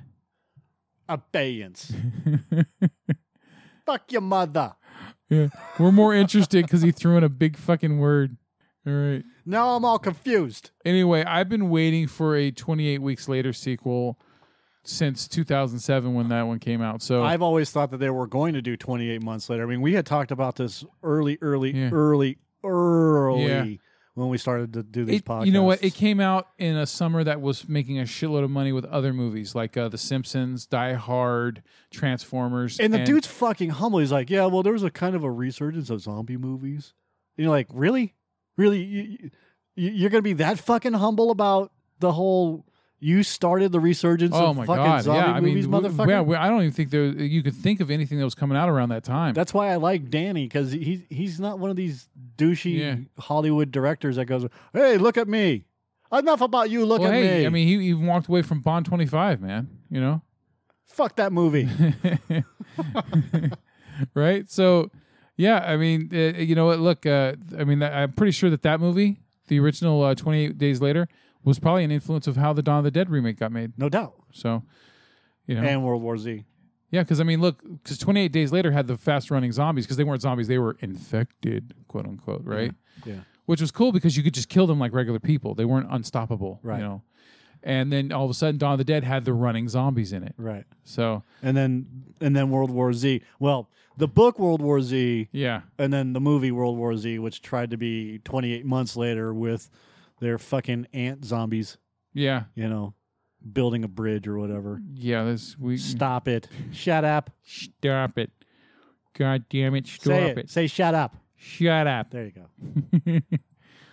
Speaker 3: abeyance. Fuck your mother.
Speaker 2: Yeah, we're more interested because he threw in a big fucking word. All right.
Speaker 3: Now I'm all confused.
Speaker 2: Anyway, I've been waiting for a 28 weeks later sequel since 2007 when that one came out. So
Speaker 3: I've always thought that they were going to do 28 months later. I mean, we had talked about this early, early,
Speaker 2: Yeah.
Speaker 3: early, early
Speaker 2: Yeah.
Speaker 3: when we started to do these
Speaker 2: it,
Speaker 3: podcasts.
Speaker 2: you know what? It came out in a summer that was making a shitload of money with other movies like uh, The Simpsons, Die Hard, Transformers,
Speaker 3: and the dude's fucking humble. He's like, "Yeah, well, there was a kind of a resurgence of zombie movies." And you're like, "Really, really? You, you, you're gonna be that fucking humble about the whole? You started the resurgence
Speaker 2: Oh
Speaker 3: of
Speaker 2: my
Speaker 3: fucking
Speaker 2: god!
Speaker 3: zombie
Speaker 2: Yeah, I mean,
Speaker 3: movies,
Speaker 2: we-
Speaker 3: motherfucker."
Speaker 2: yeah, we- I don't even think there you could think of anything that was coming out around that time.
Speaker 3: That's why I like Danny because he's he's not one of these douchey
Speaker 2: Yeah.
Speaker 3: Hollywood directors that goes, "Hey, look at me." Enough about you. Look
Speaker 2: well,
Speaker 3: at
Speaker 2: hey,
Speaker 3: me.
Speaker 2: I mean, he even walked away from Bond 25, man. You know,
Speaker 3: fuck that movie.
Speaker 2: right? So, yeah, I mean, uh, you know what? Look, uh, I mean, I- I'm pretty sure that that movie, the original uh, 28 Days Later, was probably an influence of how the Dawn of the Dead remake got made.
Speaker 3: no doubt.
Speaker 2: So, you know,
Speaker 3: And World War Z.
Speaker 2: yeah, because I mean, look, because 28 Days Later had the fast running zombies because they weren't zombies, they were infected, quote unquote, right?
Speaker 3: Yeah.
Speaker 2: Which was cool because you could just kill them like regular people. They weren't unstoppable,
Speaker 3: Right.
Speaker 2: you know. And then all of a sudden, Dawn of the Dead had the running zombies in it.
Speaker 3: Right.
Speaker 2: So,
Speaker 3: And then and then World War Z. Well, the book World War Z
Speaker 2: yeah.
Speaker 3: and then the movie World War Z, which tried to be 28 months later with their fucking ant zombies,
Speaker 2: Yeah,
Speaker 3: you know, building a bridge or whatever.
Speaker 2: yeah. This we
Speaker 3: Stop it. Shut up.
Speaker 2: stop it. God damn it! Stop
Speaker 3: Say it. Say shut up.
Speaker 2: Shut up!
Speaker 3: There you go.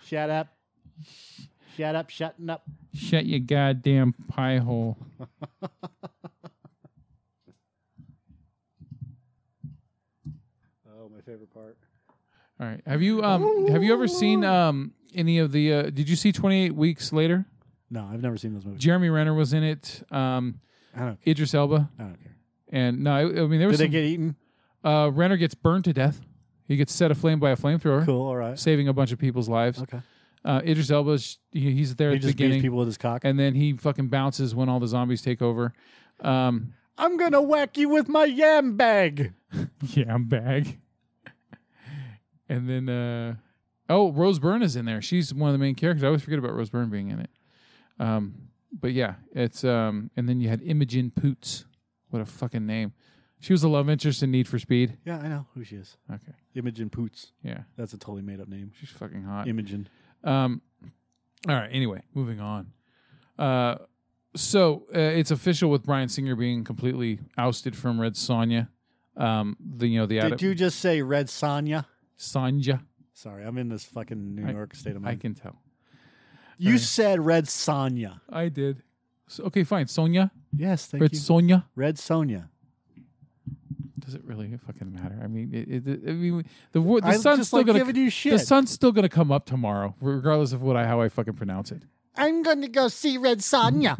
Speaker 3: Shut up. Shut up. Shutting up.
Speaker 2: Shut your goddamn pie hole.
Speaker 3: Oh, my favorite part.
Speaker 2: All right. Have you um have you ever seen um any of the? Uh, did you see Twenty Eight Weeks Later?
Speaker 3: No, I've never seen those movies.
Speaker 2: Jeremy Renner was in it. Um,
Speaker 3: I don't.
Speaker 2: Idris Elba
Speaker 3: I don't care.
Speaker 2: and no, I, I mean there
Speaker 3: Did
Speaker 2: was
Speaker 3: they
Speaker 2: some,
Speaker 3: get eaten?
Speaker 2: uh Renner gets burned to death. He gets set aflame by a flamethrower,
Speaker 3: Cool. All right.
Speaker 2: saving a bunch of people's lives.
Speaker 3: Okay.
Speaker 2: Uh, Idris Elba's he, he's there
Speaker 3: He
Speaker 2: at the
Speaker 3: just beats
Speaker 2: beginning,
Speaker 3: people with his cock.
Speaker 2: and then he fucking bounces when all the zombies take over. Um,
Speaker 3: I'm gonna whack you with my yam bag.
Speaker 2: yam bag. and then uh oh, Rose Byrne is in there. She's one of the main characters. I always forget about Rose Byrne being in it. Um but yeah, it's um and then you had Imogen Poots. What a fucking name. She was a love interest in Need for Speed.
Speaker 3: Yeah, I know who she is.
Speaker 2: Okay.
Speaker 3: Imogen Poots.
Speaker 2: Yeah.
Speaker 3: That's a totally made up name.
Speaker 2: She's fucking hot.
Speaker 3: Imogen.
Speaker 2: Um all right, anyway, moving on. Uh so uh, it's official with Brian Singer being completely ousted from Red Sonja. Um the you know the
Speaker 3: Did you just say Red Sonja?
Speaker 2: Sonja.
Speaker 3: Sorry, I'm in this fucking New
Speaker 2: I-
Speaker 3: York state of
Speaker 2: I
Speaker 3: mind.
Speaker 2: can tell.
Speaker 3: you said Red Sonja.
Speaker 2: I did. So, okay, fine. Sonia.
Speaker 3: Yes, thank
Speaker 2: Red
Speaker 3: you.
Speaker 2: Sonia.
Speaker 3: Red Sonja.
Speaker 2: Does it really fucking matter? I mean, it, it, I mean, the wo- the
Speaker 3: I
Speaker 2: sun's
Speaker 3: just
Speaker 2: still
Speaker 3: like
Speaker 2: gonna
Speaker 3: giving you shit.
Speaker 2: the sun's still gonna come up tomorrow, regardless of what I how I fucking pronounce it.
Speaker 1: I'm going to go see Red Sonja.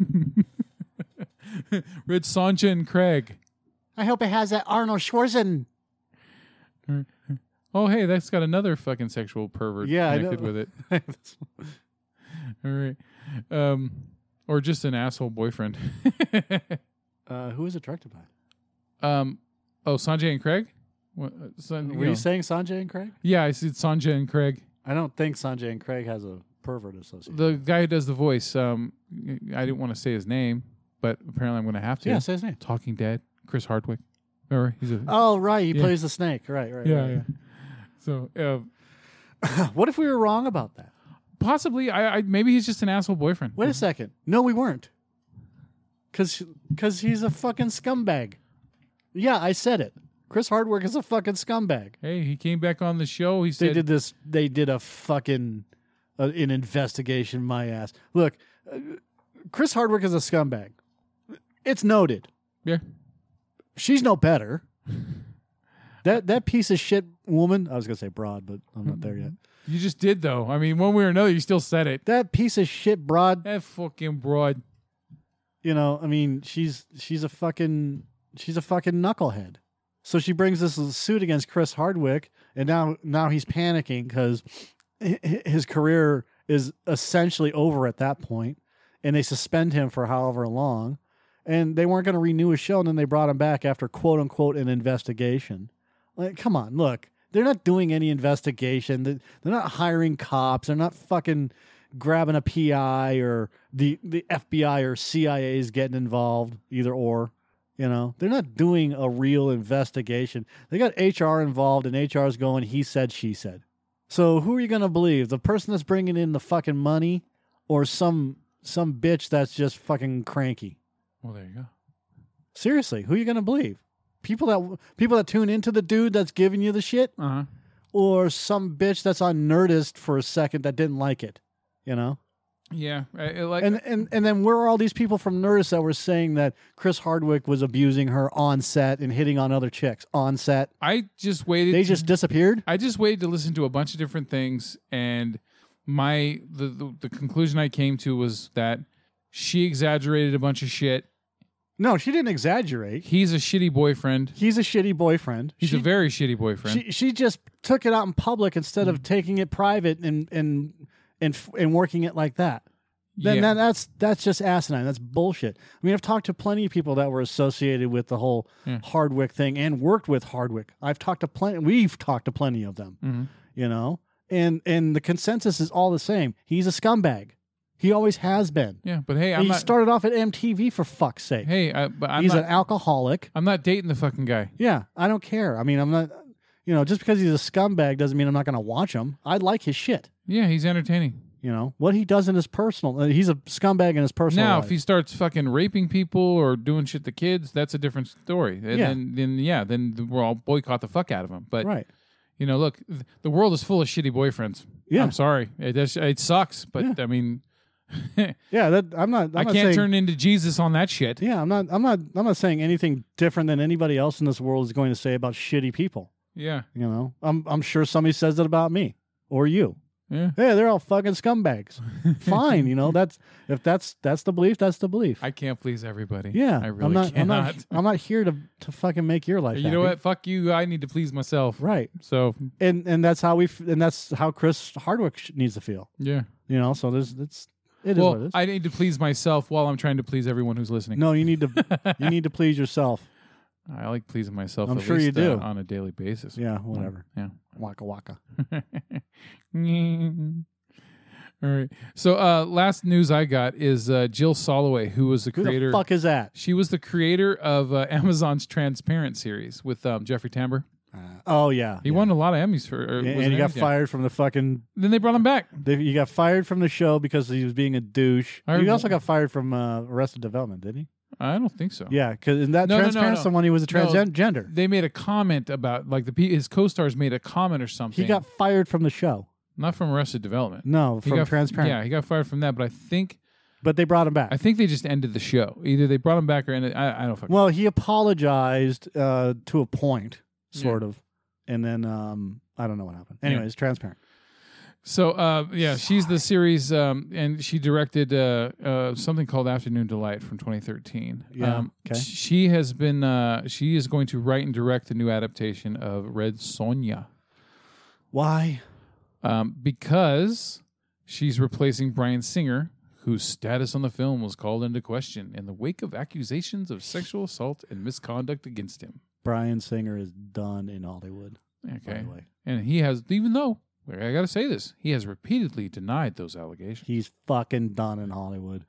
Speaker 2: Red Sancha and Craig.
Speaker 1: I hope it has that Arnold Schwarzen.
Speaker 2: Oh hey, that's got another fucking sexual pervert
Speaker 3: Yeah, I
Speaker 2: connected
Speaker 3: know.
Speaker 2: with it.
Speaker 3: Uh,
Speaker 2: All right, um, or just an asshole boyfriend.
Speaker 3: uh, who is attracted by?
Speaker 2: um, oh Sanjay and Craig. What, uh, San-
Speaker 3: Were
Speaker 2: you know.
Speaker 3: you saying Sanjay and Craig?
Speaker 2: yeah, I said Sanjay and Craig.
Speaker 3: I don't think Sanjay and Craig has a pervert association.
Speaker 2: The guy who does the voice. Um, I didn't want to say his name, but apparently I'm going to have to.
Speaker 3: yeah, say his name.
Speaker 2: Talking Dead, Chris Hardwick. Remember, he's a
Speaker 3: Oh right, he
Speaker 2: Yeah.
Speaker 3: plays the snake. Right, right.
Speaker 2: yeah,
Speaker 3: right.
Speaker 2: yeah. So uh,
Speaker 3: What if we were wrong about that?
Speaker 2: possibly, I, I maybe he's just an asshole boyfriend.
Speaker 3: Wait a second. No, we weren't. Cause, cause he's a fucking scumbag. Yeah, I said it. Chris Hardwick is a fucking scumbag.
Speaker 2: Hey, he came back on the show. He
Speaker 3: They
Speaker 2: said,
Speaker 3: did this. They did a fucking uh, an investigation. My ass. Look, uh, Chris Hardwick is a scumbag. It's noted.
Speaker 2: "Yeah,
Speaker 3: She's no better. That that piece of shit woman. I was gonna say broad, but I'm not there yet.
Speaker 2: you just did though. I mean, one way or another, you still said it.
Speaker 3: That piece of shit broad
Speaker 2: That fucking broad.
Speaker 3: you know, I mean, she's she's a fucking she's a fucking knucklehead. So she brings this suit against Chris Hardwick, and now now he's panicking because his career is essentially over at that point, and they suspend him for however long, and they weren't going to renew his show, and then they brought him back after quote unquote an investigation. Like, come on, look, they're not doing any investigation. They- They're not hiring cops. They're not fucking grabbing a PI or the the FBI or CIA is getting involved. Either or, you know, they're not doing a real investigation. They got HR involved, and HR is going. He said, she said. So who are you gonna believe? The person that's bringing in the fucking money, or some some bitch that's just fucking cranky?
Speaker 2: Well, there you go.
Speaker 3: Seriously, who are you gonna believe? People that people that tune into the dude that's giving you the shit,
Speaker 2: Uh huh.
Speaker 3: or some bitch that's on Nerdist for a second that didn't like it, you know?
Speaker 2: Yeah, I, I like
Speaker 3: And and and then where are all these people from Nerdist that were saying that Chris Hardwick was abusing her on set and hitting on other chicks on set?
Speaker 2: I just waited.
Speaker 3: They
Speaker 2: to-
Speaker 3: just disappeared.
Speaker 2: I just waited to listen to a bunch of different things, and my the, the the conclusion I came to was that she exaggerated a bunch of shit.
Speaker 3: No, she didn't exaggerate.
Speaker 2: He's a shitty boyfriend.
Speaker 3: He's a shitty boyfriend.
Speaker 2: He's
Speaker 3: she,
Speaker 2: a very shitty boyfriend.
Speaker 3: she she just took it out in public instead of taking it private and and and f- and working it like that. then
Speaker 2: Yeah.
Speaker 3: that, that's that's just asinine. That's bullshit. I mean, I've talked to plenty of people that were associated with the whole
Speaker 2: Yeah.
Speaker 3: Hardwick thing and worked with Hardwick. I've talked to plenty. We've talked to plenty of them.
Speaker 2: Mhm.
Speaker 3: You know, and and the consensus is all the same. He's a scumbag. He always has been.
Speaker 2: Yeah, but hey, I'm
Speaker 3: he
Speaker 2: not.
Speaker 3: started off at MTV for fuck's sake.
Speaker 2: hey, I, but I'm
Speaker 3: he's
Speaker 2: not.
Speaker 3: an alcoholic.
Speaker 2: I'm not dating the fucking guy.
Speaker 3: Yeah, I don't care. I mean, I'm not. You know, just because he's a scumbag doesn't mean I'm not going to watch him. I like his shit.
Speaker 2: Yeah, he's entertaining.
Speaker 3: You know what he does in his personal. uh, He's a scumbag in his personal.
Speaker 2: now,
Speaker 3: life.
Speaker 2: if he starts fucking raping people or doing shit to kids, that's a different story. And
Speaker 3: Yeah.
Speaker 2: Then, then yeah, then we'll all boycott the fuck out of him. But
Speaker 3: right.
Speaker 2: you know, look, th- the world is full of shitty boyfriends.
Speaker 3: Yeah.
Speaker 2: I'm sorry, it, that's- it sucks, but I mean,
Speaker 3: Yeah, that I'm not. I'm
Speaker 2: I
Speaker 3: not
Speaker 2: can't
Speaker 3: saying,
Speaker 2: turn into Jesus on that shit.
Speaker 3: Yeah, I'm not. I'm not. I'm not saying anything different than anybody else in this world is going to say about shitty people.
Speaker 2: Yeah,
Speaker 3: You know, I'm. I'm sure somebody says that about me or you.
Speaker 2: yeah.
Speaker 3: Hey, they're all fucking scumbags. Fine, you know that's if that's that's the belief. That's the belief.
Speaker 2: I can't please everybody.
Speaker 3: yeah,
Speaker 2: I really
Speaker 3: am not.
Speaker 2: cannot.
Speaker 3: I'm not. I'm not here to to fucking make your life.
Speaker 2: you know
Speaker 3: happy.
Speaker 2: what? Fuck you. I need to please myself.
Speaker 3: Right,
Speaker 2: So
Speaker 3: and and that's how we. f- And that's how Chris Hardwick sh- needs to feel.
Speaker 2: yeah.
Speaker 3: You know, so there's it's it is what it
Speaker 2: Well,
Speaker 3: is.
Speaker 2: I need to please myself while I'm trying to please everyone who's listening.
Speaker 3: no, you need to you need to please yourself.
Speaker 2: I like pleasing myself.
Speaker 3: I'm
Speaker 2: at
Speaker 3: sure
Speaker 2: least,
Speaker 3: you do.
Speaker 2: uh, on a daily basis.
Speaker 3: Yeah, whatever.
Speaker 2: Yeah.
Speaker 3: Waka waka.
Speaker 2: All right. So uh, last news I got is uh, Jill Soloway, who was the
Speaker 3: Who
Speaker 2: creator.
Speaker 3: the fuck is that?
Speaker 2: She was the creator of uh, Amazon's Transparent series with um, Jeffrey Tambor.
Speaker 3: oh yeah,
Speaker 2: He
Speaker 3: yeah.
Speaker 2: won a lot of Emmys for. Or
Speaker 3: and, and
Speaker 2: was it
Speaker 3: he got
Speaker 2: Emmys? Yeah.
Speaker 3: fired from the fucking.
Speaker 2: Then they brought him back.
Speaker 3: They, you got fired from the show because he was being a douche.
Speaker 2: I
Speaker 3: he
Speaker 2: remember-
Speaker 3: also got fired from uh, Arrested Development, didn't he?
Speaker 2: I don't think so.
Speaker 3: Yeah, because in that
Speaker 2: No, no, no,
Speaker 3: transparency,
Speaker 2: no.
Speaker 3: someone he was a
Speaker 2: No.
Speaker 3: transgender.
Speaker 2: They made a comment about like the pe- his co-stars made a comment or something.
Speaker 3: He got fired from the show.
Speaker 2: not from Arrested Development.
Speaker 3: No,
Speaker 2: He
Speaker 3: from
Speaker 2: got-
Speaker 3: Transparent.
Speaker 2: Yeah, he got fired from that. But I think
Speaker 3: But they brought him back.
Speaker 2: I think they just ended the show. Either they brought him back or ended. I, I don't fucking.
Speaker 3: Well, he apologized uh, to a point, sort of, and then um, I don't know what happened.
Speaker 2: Yeah.
Speaker 3: Anyways, transparent.
Speaker 2: So uh, yeah, she's the series, um, and she directed uh, uh, something called Afternoon Delight from 2013.
Speaker 3: Yeah,
Speaker 2: Um,
Speaker 3: okay.
Speaker 2: She has been. Uh, she is going to write and direct a new adaptation of Red Sonja
Speaker 3: Why?
Speaker 2: um, because she's replacing Brian Singer, whose status on the film was called into question in the wake of accusations of sexual assault and misconduct against him.
Speaker 3: Brian Singer is done in Hollywood. By
Speaker 2: Okay,
Speaker 3: the way,
Speaker 2: and he has, even though I got to say this, he has repeatedly denied those allegations.
Speaker 3: he's fucking done in Hollywood.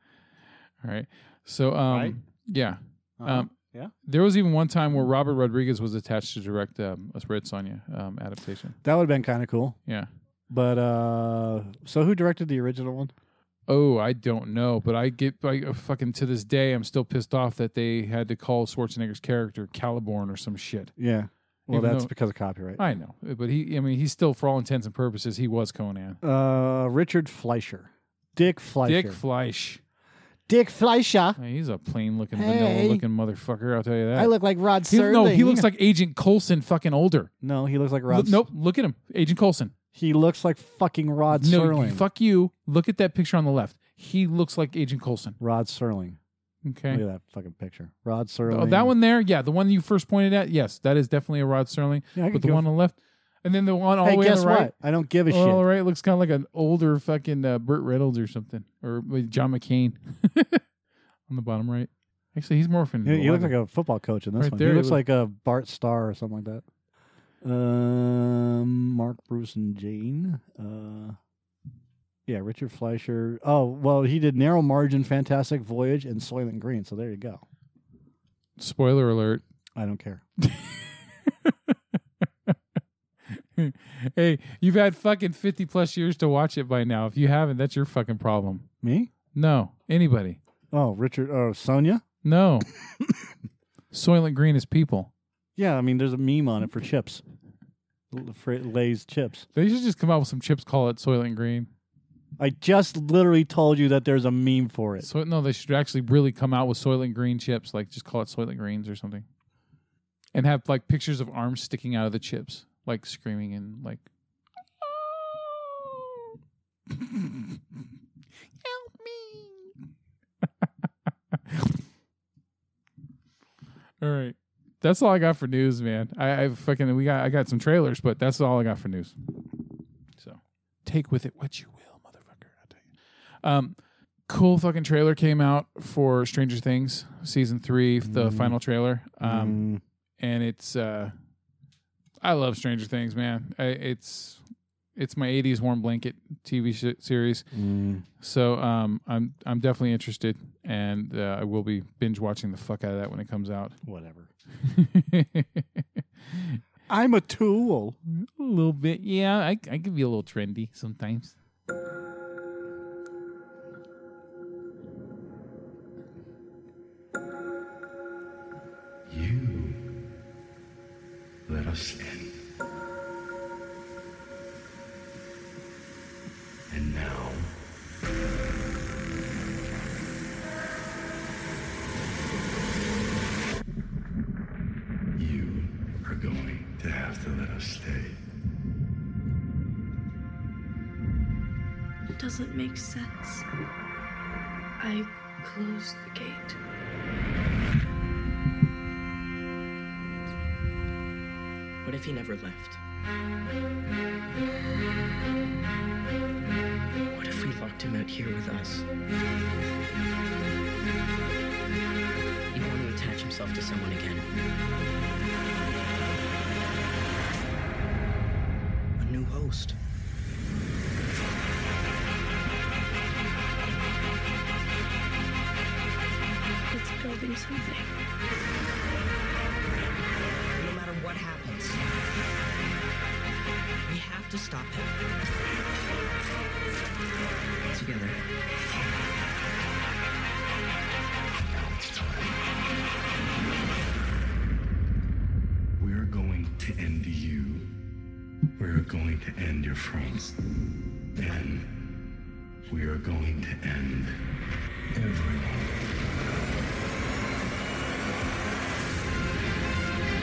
Speaker 2: All right. So, um,
Speaker 3: Right?
Speaker 2: yeah.
Speaker 3: Uh-huh.
Speaker 2: Um,
Speaker 3: yeah.
Speaker 2: There was even one time where Robert Rodriguez was attached to direct um, a Red Sonja um, adaptation.
Speaker 3: That would have been kind of cool.
Speaker 2: Yeah.
Speaker 3: But uh, so who directed the original one?
Speaker 2: Oh, I don't know, but I get I uh, fucking to this day I'm still pissed off that they had to call Schwarzenegger's character Caliborn or some shit.
Speaker 3: Yeah. Well,
Speaker 2: Even
Speaker 3: that's
Speaker 2: though-
Speaker 3: because of copyright.
Speaker 2: I know, uh, but he I mean he's still for all intents and purposes he was Conan.
Speaker 3: Uh, Richard Fleischer. Dick Fleischer.
Speaker 2: Dick Fleisch.
Speaker 1: Dick Fleischer.
Speaker 2: Man, he's a plain looking
Speaker 1: Hey.
Speaker 2: vanilla looking motherfucker, I'll tell you that.
Speaker 1: I look like Rod
Speaker 2: He-
Speaker 1: Serling.
Speaker 2: no, he looks like Agent Colson fucking older.
Speaker 3: no, he looks like
Speaker 2: Look,
Speaker 3: Rod.
Speaker 2: nope, look at him. Agent Colson.
Speaker 3: He looks like fucking Rod
Speaker 2: No,
Speaker 3: Serling.
Speaker 2: fuck you. Look at that picture on the left. He looks like Agent Coulson.
Speaker 3: Rod Serling.
Speaker 2: Okay.
Speaker 3: Look at that fucking picture. Rod Serling.
Speaker 2: Oh, that one there, yeah, the one you first pointed at, yes, that is definitely a Rod Sterling.
Speaker 3: Yeah, I could
Speaker 2: But the
Speaker 3: go-
Speaker 2: one on the left, and then the one all
Speaker 3: Hey,
Speaker 2: the way
Speaker 3: guess
Speaker 2: on the right,
Speaker 3: what? I don't give a
Speaker 2: all
Speaker 3: shit.
Speaker 2: right, looks kind of like an older fucking uh, Burt Reynolds or something, or uh, John McCain on the bottom right. Actually, he's morphing.
Speaker 3: He, he looks like a football coach in this
Speaker 2: Right
Speaker 3: one.
Speaker 2: there,
Speaker 3: he
Speaker 2: he
Speaker 3: looks
Speaker 2: look-
Speaker 3: like a Bart Starr or something like that. Um, Mark Bruce and Jane. Uh, yeah, Richard Fleischer. Oh well, he did Narrow Margin, Fantastic Voyage, and Soylent Green. So there you go.
Speaker 2: Spoiler alert.
Speaker 3: I don't care.
Speaker 2: hey, you've had fucking fifty plus years to watch it by now. If you haven't, that's your fucking problem.
Speaker 3: Me?
Speaker 2: No, anybody.
Speaker 3: Oh, Richard. Oh, Sonia.
Speaker 2: No. Soylent Green is people.
Speaker 3: Yeah, I mean, there's a meme on it for chips. L- For Lay's chips.
Speaker 2: They should just come out with some chips. Call it Soylent Green.
Speaker 3: I just literally told you that there's a meme for it.
Speaker 2: So no, they should actually really come out with Soylent Green chips. Like just call it Soylent Greens or something, and have like pictures of arms sticking out of the chips, like screaming and like. Help me. all right. That's all I got for news, man. I, I fucking we got I got some trailers, but that's all I got for news. So take with it what you will, motherfucker. I tell you. Um, cool fucking trailer came out for Stranger Things season three, the
Speaker 3: Mm.
Speaker 2: final trailer. Um,
Speaker 3: Um,
Speaker 2: and it's uh, I love Stranger Things, man. I, it's it's my '80s warm blanket TV sh- series.
Speaker 3: Mm-hmm.
Speaker 2: So um, I'm I'm definitely interested, and uh, I will be binge watching the fuck out of that when it comes out.
Speaker 3: whatever.
Speaker 2: a
Speaker 3: I'm a tool.
Speaker 2: little bit, yeah. I I can be a little trendy sometimes.
Speaker 4: You let us in. And now. You are going to have to let us stay.
Speaker 5: doesn't make sense. I closed the gate.
Speaker 6: What if he never left? What if we locked him out here with us? He want to attach himself to someone again. A new host.
Speaker 5: It's building something.
Speaker 6: No matter what happens, we have to stop him. Together.
Speaker 4: We're going to end you. We're going to end your friends. And we are going to end
Speaker 7: everyone.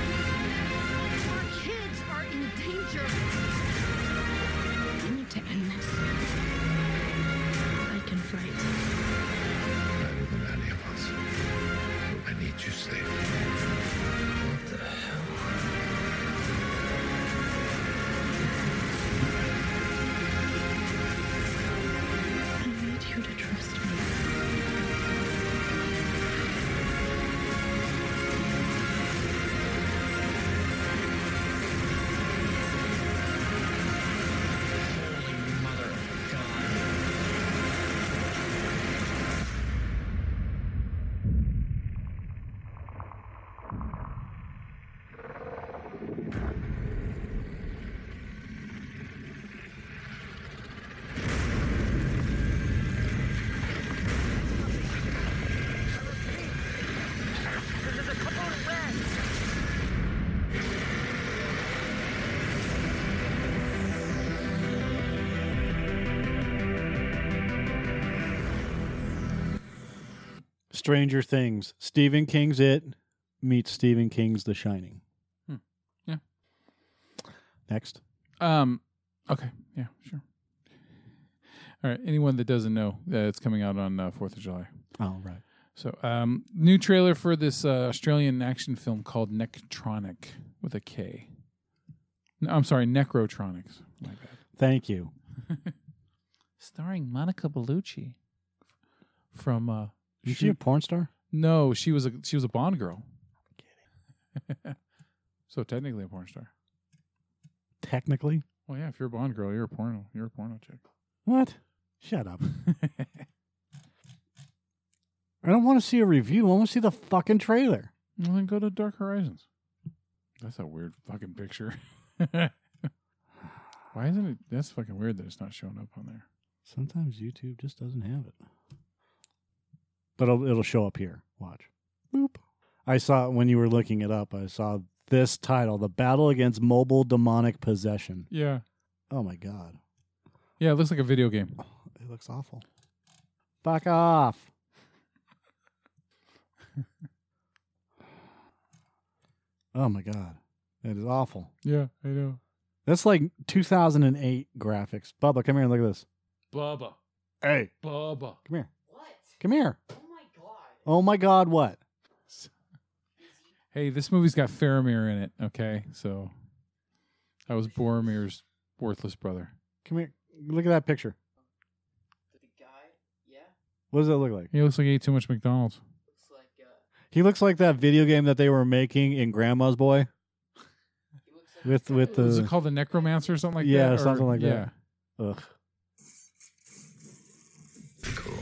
Speaker 5: Our kids are in danger. We need to end this. I can fight.
Speaker 7: better than any of us. I need you safe. What the hell?
Speaker 5: I need you to trust me.
Speaker 3: Stranger Things. Stephen King's It meets Stephen King's The Shining.
Speaker 2: Hmm. Yeah.
Speaker 3: Next.
Speaker 2: Um. Okay. Yeah. Sure. All right. Anyone that doesn't know, uh, it's coming out on uh, Fourth of July.
Speaker 3: Oh, right.
Speaker 2: So, um, new trailer for this uh, Australian action film called Nectronic with a K. No, I'm sorry, Necrotronics. My bad.
Speaker 3: Thank you.
Speaker 2: Starring Monica Bellucci from uh,
Speaker 3: Is she a porn star?
Speaker 2: No, she was a she was a Bond girl. so technically a porn star.
Speaker 3: Technically.
Speaker 2: Well, yeah, if you're a Bond girl, you're a porno. You're a porno chick.
Speaker 3: What? Shut up. I don't want to see a review. I want to see the fucking trailer.
Speaker 2: well, then go to Dark Horizons. That's a weird fucking picture. Why isn't it? That's fucking weird that it's not showing up on there.
Speaker 3: Sometimes YouTube just doesn't have it. But it'll, it'll show up here. Watch. Boop. I saw when you were looking it up, I saw this title The Battle Against Mobile Demonic Possession.
Speaker 2: Yeah,
Speaker 3: Oh my God.
Speaker 2: yeah, it looks like a video game.
Speaker 3: It looks awful. Fuck off. oh my God. That is awful.
Speaker 2: Yeah, I know.
Speaker 3: That's like 2008 graphics. Bubba, come here and look at this.
Speaker 2: Bubba,
Speaker 3: Hey,
Speaker 2: Bubba.
Speaker 3: come here.
Speaker 8: What?
Speaker 3: Come here.
Speaker 8: Oh my god.
Speaker 3: Oh my God, what?
Speaker 2: Hey, this movie's got Faramir in it. Okay, so I was Boromir's worthless brother.
Speaker 3: Come here. Look at that picture.
Speaker 8: The guy, yeah,
Speaker 3: What does that look like?
Speaker 2: He looks like he ate too much McDonald's.
Speaker 8: looks like uh,
Speaker 3: He looks like that video game that they were making in Grandma's Boy.
Speaker 8: he looks like
Speaker 3: With- with
Speaker 2: Is it
Speaker 3: Uh,
Speaker 2: called the Necromancer or something like
Speaker 3: yeah,
Speaker 2: that? Or-
Speaker 3: something like
Speaker 2: yeah.
Speaker 3: that. Ugh.
Speaker 7: Cool.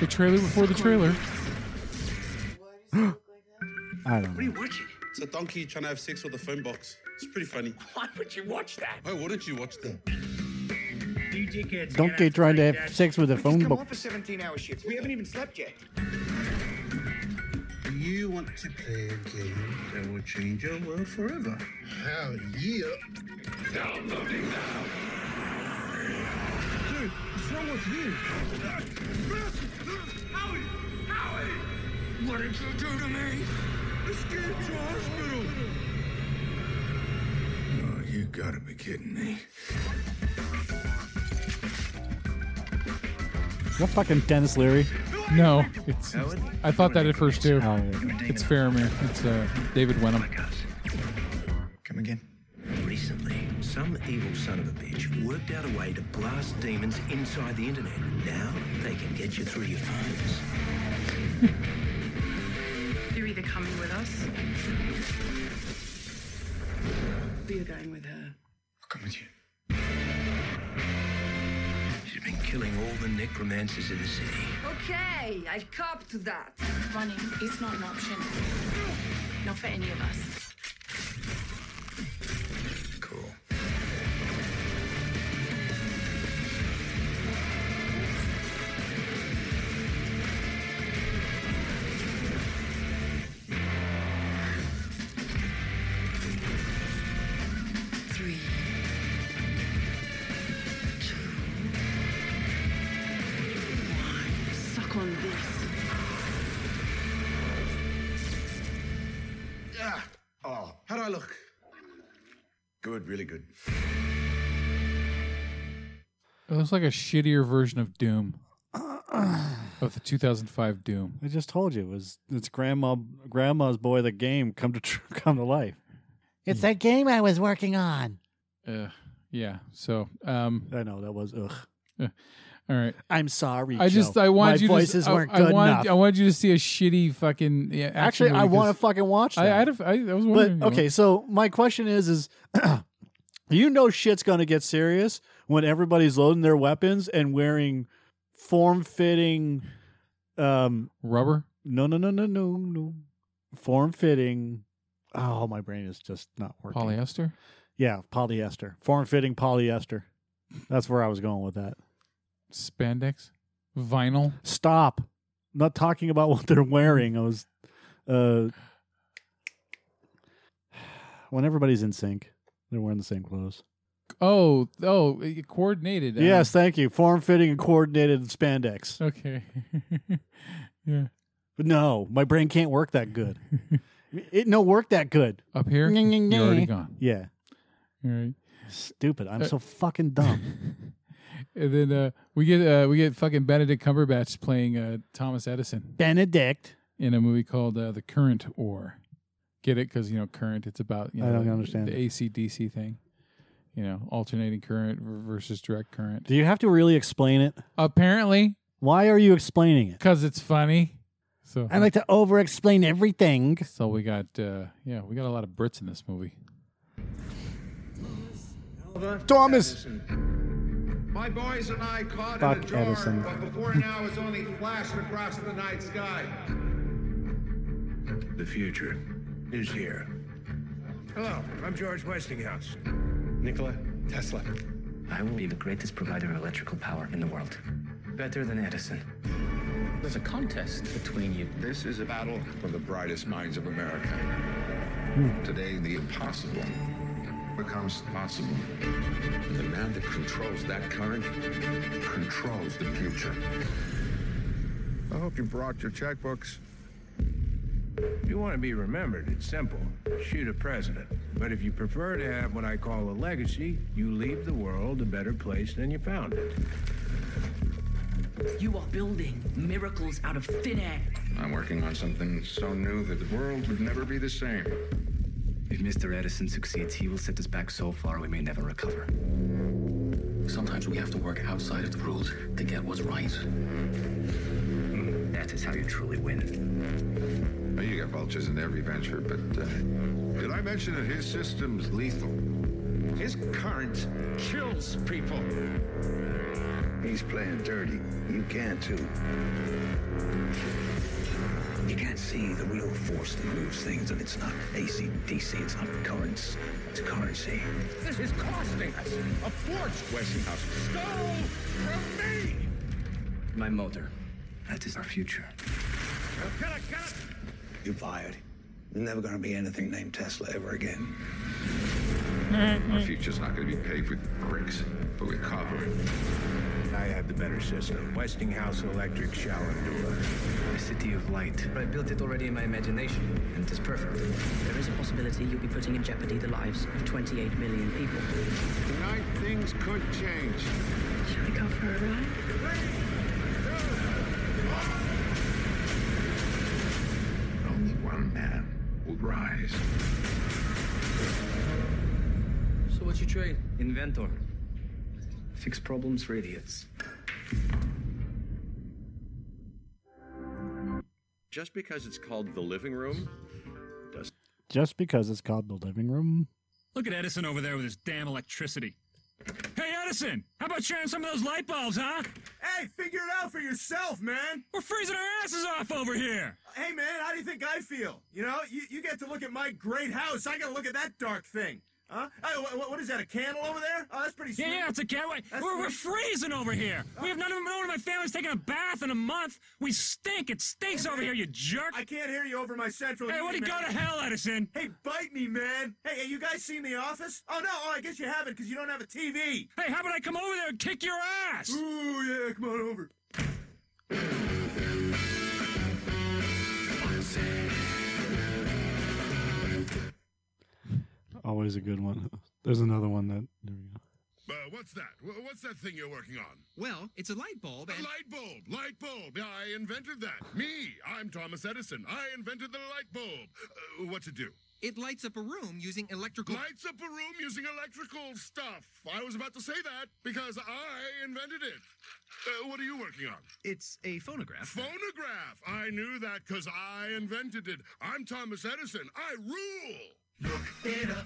Speaker 2: The trailer before the trailer.
Speaker 8: Why does he look like that?
Speaker 3: I don't know.
Speaker 9: watching?
Speaker 10: It's a donkey trying to have sex with a phone box. It's pretty funny.
Speaker 9: Why would you watch that?
Speaker 10: Why wouldn't you watch that?
Speaker 11: You dickheads
Speaker 3: Donkey
Speaker 11: can't
Speaker 3: trying to
Speaker 11: act
Speaker 3: have
Speaker 11: that.
Speaker 3: sex with a
Speaker 11: We
Speaker 3: phone
Speaker 11: just come
Speaker 3: book.
Speaker 11: off a 17 hour shift. We haven't even slept yet.
Speaker 10: You want to play a game that will change your world forever. Hell yeah. Downloading now. Dude, what's wrong with you? Howie! Howie! What did you do to me? Escape to hospital! Oh, you gotta be kidding me.
Speaker 3: Is that fucking Dennis Leary?
Speaker 2: No, it's. I thought that at first too.
Speaker 3: Oh, yeah.
Speaker 2: It's Faramir. It's uh, David Wenham.
Speaker 11: Come again.
Speaker 6: Recently, some evil son of a bitch worked out a way to blast demons inside the internet. Now they can get you through your phones.
Speaker 5: You're either coming with us, or you're going with her.
Speaker 11: I'll come with you.
Speaker 6: She's been killing all the necromancers in the city.
Speaker 5: Okay, I'll cop to that. Running is not an option. Not for any of us.
Speaker 6: Cool.
Speaker 5: Three. Two. One. Suck on on this.
Speaker 12: Ah, oh, how do I look? Good, really good.
Speaker 2: It looks like a shittier version of Doom. of the 2005 Doom.
Speaker 3: I just told you it was it's grandma grandma's boy the game come to tr- come to life.
Speaker 1: It's that game I was working on.
Speaker 2: Uh, yeah. So, um,
Speaker 3: I know that was ugh.
Speaker 2: all right.
Speaker 3: I'm sorry.
Speaker 2: I just I wanted
Speaker 3: My
Speaker 2: you
Speaker 3: voices
Speaker 2: to,
Speaker 3: weren't
Speaker 2: I,
Speaker 3: good
Speaker 2: I wanted,
Speaker 3: enough.
Speaker 2: I wanted you to see a shitty fucking yeah, action
Speaker 3: Actually,
Speaker 2: movie
Speaker 3: I want to
Speaker 2: 'cause
Speaker 3: fucking watch that.
Speaker 2: I, I had a, I, I was
Speaker 3: but
Speaker 2: wondering. you know.
Speaker 3: okay, so my question is: is you know shit's gonna get serious when everybody's loading their weapons and wearing form-fitting, um,
Speaker 2: rubber.
Speaker 3: no, no, no, no, no, no, form-fitting. Oh, my brain is just not working.
Speaker 2: Polyester.
Speaker 3: yeah, polyester, form-fitting polyester. That's where I was going with that.
Speaker 2: Spandex. Vinyl.
Speaker 3: Stop! not talking about what they're wearing. I was, uh, when everybody's in sync, they're wearing the same clothes.
Speaker 2: Oh, oh, it coordinated. uh,
Speaker 3: Yes, thank you. Form fitting and coordinated spandex.
Speaker 2: Okay. yeah.
Speaker 3: But no, my brain can't work that good. it no work that good.
Speaker 2: Up here. You're already gone.
Speaker 3: Yeah,
Speaker 2: All right.
Speaker 3: stupid. I'm
Speaker 2: Uh,
Speaker 3: so fucking dumb.
Speaker 2: And then uh, we get uh, we get fucking Benedict Cumberbatch playing uh, Thomas Edison
Speaker 3: Benedict.
Speaker 2: in a movie called uh, The Current War. Get it? Because you know, current. It's about you
Speaker 3: I
Speaker 2: know
Speaker 3: don't
Speaker 2: the,
Speaker 3: understand
Speaker 2: the
Speaker 3: it.
Speaker 2: AC/DC thing. You know, alternating current versus direct current.
Speaker 3: Do you have to really explain it?
Speaker 2: Apparently,
Speaker 3: Why are you explaining it?
Speaker 2: because it's funny. So
Speaker 3: I like to over explain everything.
Speaker 2: so we got uh, yeah, we got a lot of Brits in this movie.
Speaker 3: Thomas.
Speaker 10: My boys and I caught in
Speaker 3: Fuck
Speaker 10: a jar,
Speaker 3: Edison.
Speaker 10: but before now it's only flashed across the night sky.
Speaker 13: The future is here.
Speaker 14: Hello, I'm George Westinghouse.
Speaker 13: Nikola Tesla. I will be the greatest provider of electrical power in the world. Better than Edison.
Speaker 6: There's a contest between you.
Speaker 10: This is a battle for the brightest minds of America. Today, the impossible becomes possible. The man that controls that current controls the future. I hope you brought your checkbooks.
Speaker 14: If you want to be remembered, it's simple. Shoot a president. But if you prefer to have what I call a legacy, you leave the world a better place than you found it.
Speaker 6: You are building miracles out of thin air.
Speaker 10: I'm working on something so new that the world would never be the same.
Speaker 13: If Mr. Edison succeeds, he will set us back so far we may never recover.
Speaker 6: Sometimes we have to work outside of the rules to get what's right.
Speaker 13: That is how you truly win.
Speaker 10: Well, You got vultures in every venture, but uh, did I mention that his system's lethal? His current kills people.
Speaker 4: He's playing dirty. You can too.
Speaker 13: You can't see the real force that moves things, and it's not AC, DC, it's not currents, it's currency.
Speaker 10: This is costing us a fortune. Westinghouse stole from me.
Speaker 13: My motor. That is our future. You're fired. You're never gonna be anything named Tesla ever again.
Speaker 10: Our future's not going to be paved with bricks, but with copper.
Speaker 14: I have the better system. Westinghouse Electric Shallandua.
Speaker 13: A city of light.
Speaker 6: I built it already in my imagination, and it is perfect. There is a possibility you'll be putting in jeopardy the lives of 28 million people.
Speaker 10: Tonight, things could change.
Speaker 6: Should we go for a ride?
Speaker 10: Only one man will rise.
Speaker 6: So what's your trade?
Speaker 13: Inventor. Fix problems for idiots.
Speaker 15: Just because it's called the living room does
Speaker 3: Just because it's called the living room.
Speaker 16: Look at Edison over there with his damn electricity. Hey, Edison, how about sharing some of those light bulbs, huh? Hey, figure it out for yourself, man. We're freezing our asses off over here.
Speaker 17: Hey man, how do you think I feel? You know, you, you get to look at my great house. I gotta look at that dark thing. Huh? Hey, wha- wha- what is that? A candle over there? Oh, that's pretty sweet.
Speaker 16: Yeah, yeah, it's a cat. We're,
Speaker 17: That's
Speaker 16: we're
Speaker 17: sweet.
Speaker 16: freezing over here. We have none of none of my family's taken a bath in a month. We stink. It stinks over here, you jerk.
Speaker 17: I can't hear you over my central.
Speaker 16: Hey, why do you go
Speaker 17: man.
Speaker 16: to hell, Edison?
Speaker 17: Hey, bite me, man. Hey, hey, you guys seen The Office? Oh no, oh I guess you haven't because you don't have a TV.
Speaker 16: Hey, how about I come over there and kick your ass?
Speaker 17: Ooh yeah, come on over.
Speaker 3: Always a good one. There's another one that. There we go.
Speaker 10: Uh, what's that? Wh- What's that thing you're working on?
Speaker 6: Well, it's a light bulb.
Speaker 10: A light bulb, light bulb. Yeah, I invented that. Me, I'm Thomas Edison. I invented the light bulb. Uh, what's it do?
Speaker 6: It lights up a room using electrical.
Speaker 10: Lights up a room using electrical stuff. I was about to say that because I invented it. Uh, what are you working on?
Speaker 6: It's a phonograph.
Speaker 10: Phonograph. I knew that because I invented it. I'm Thomas Edison. I rule. Look it up.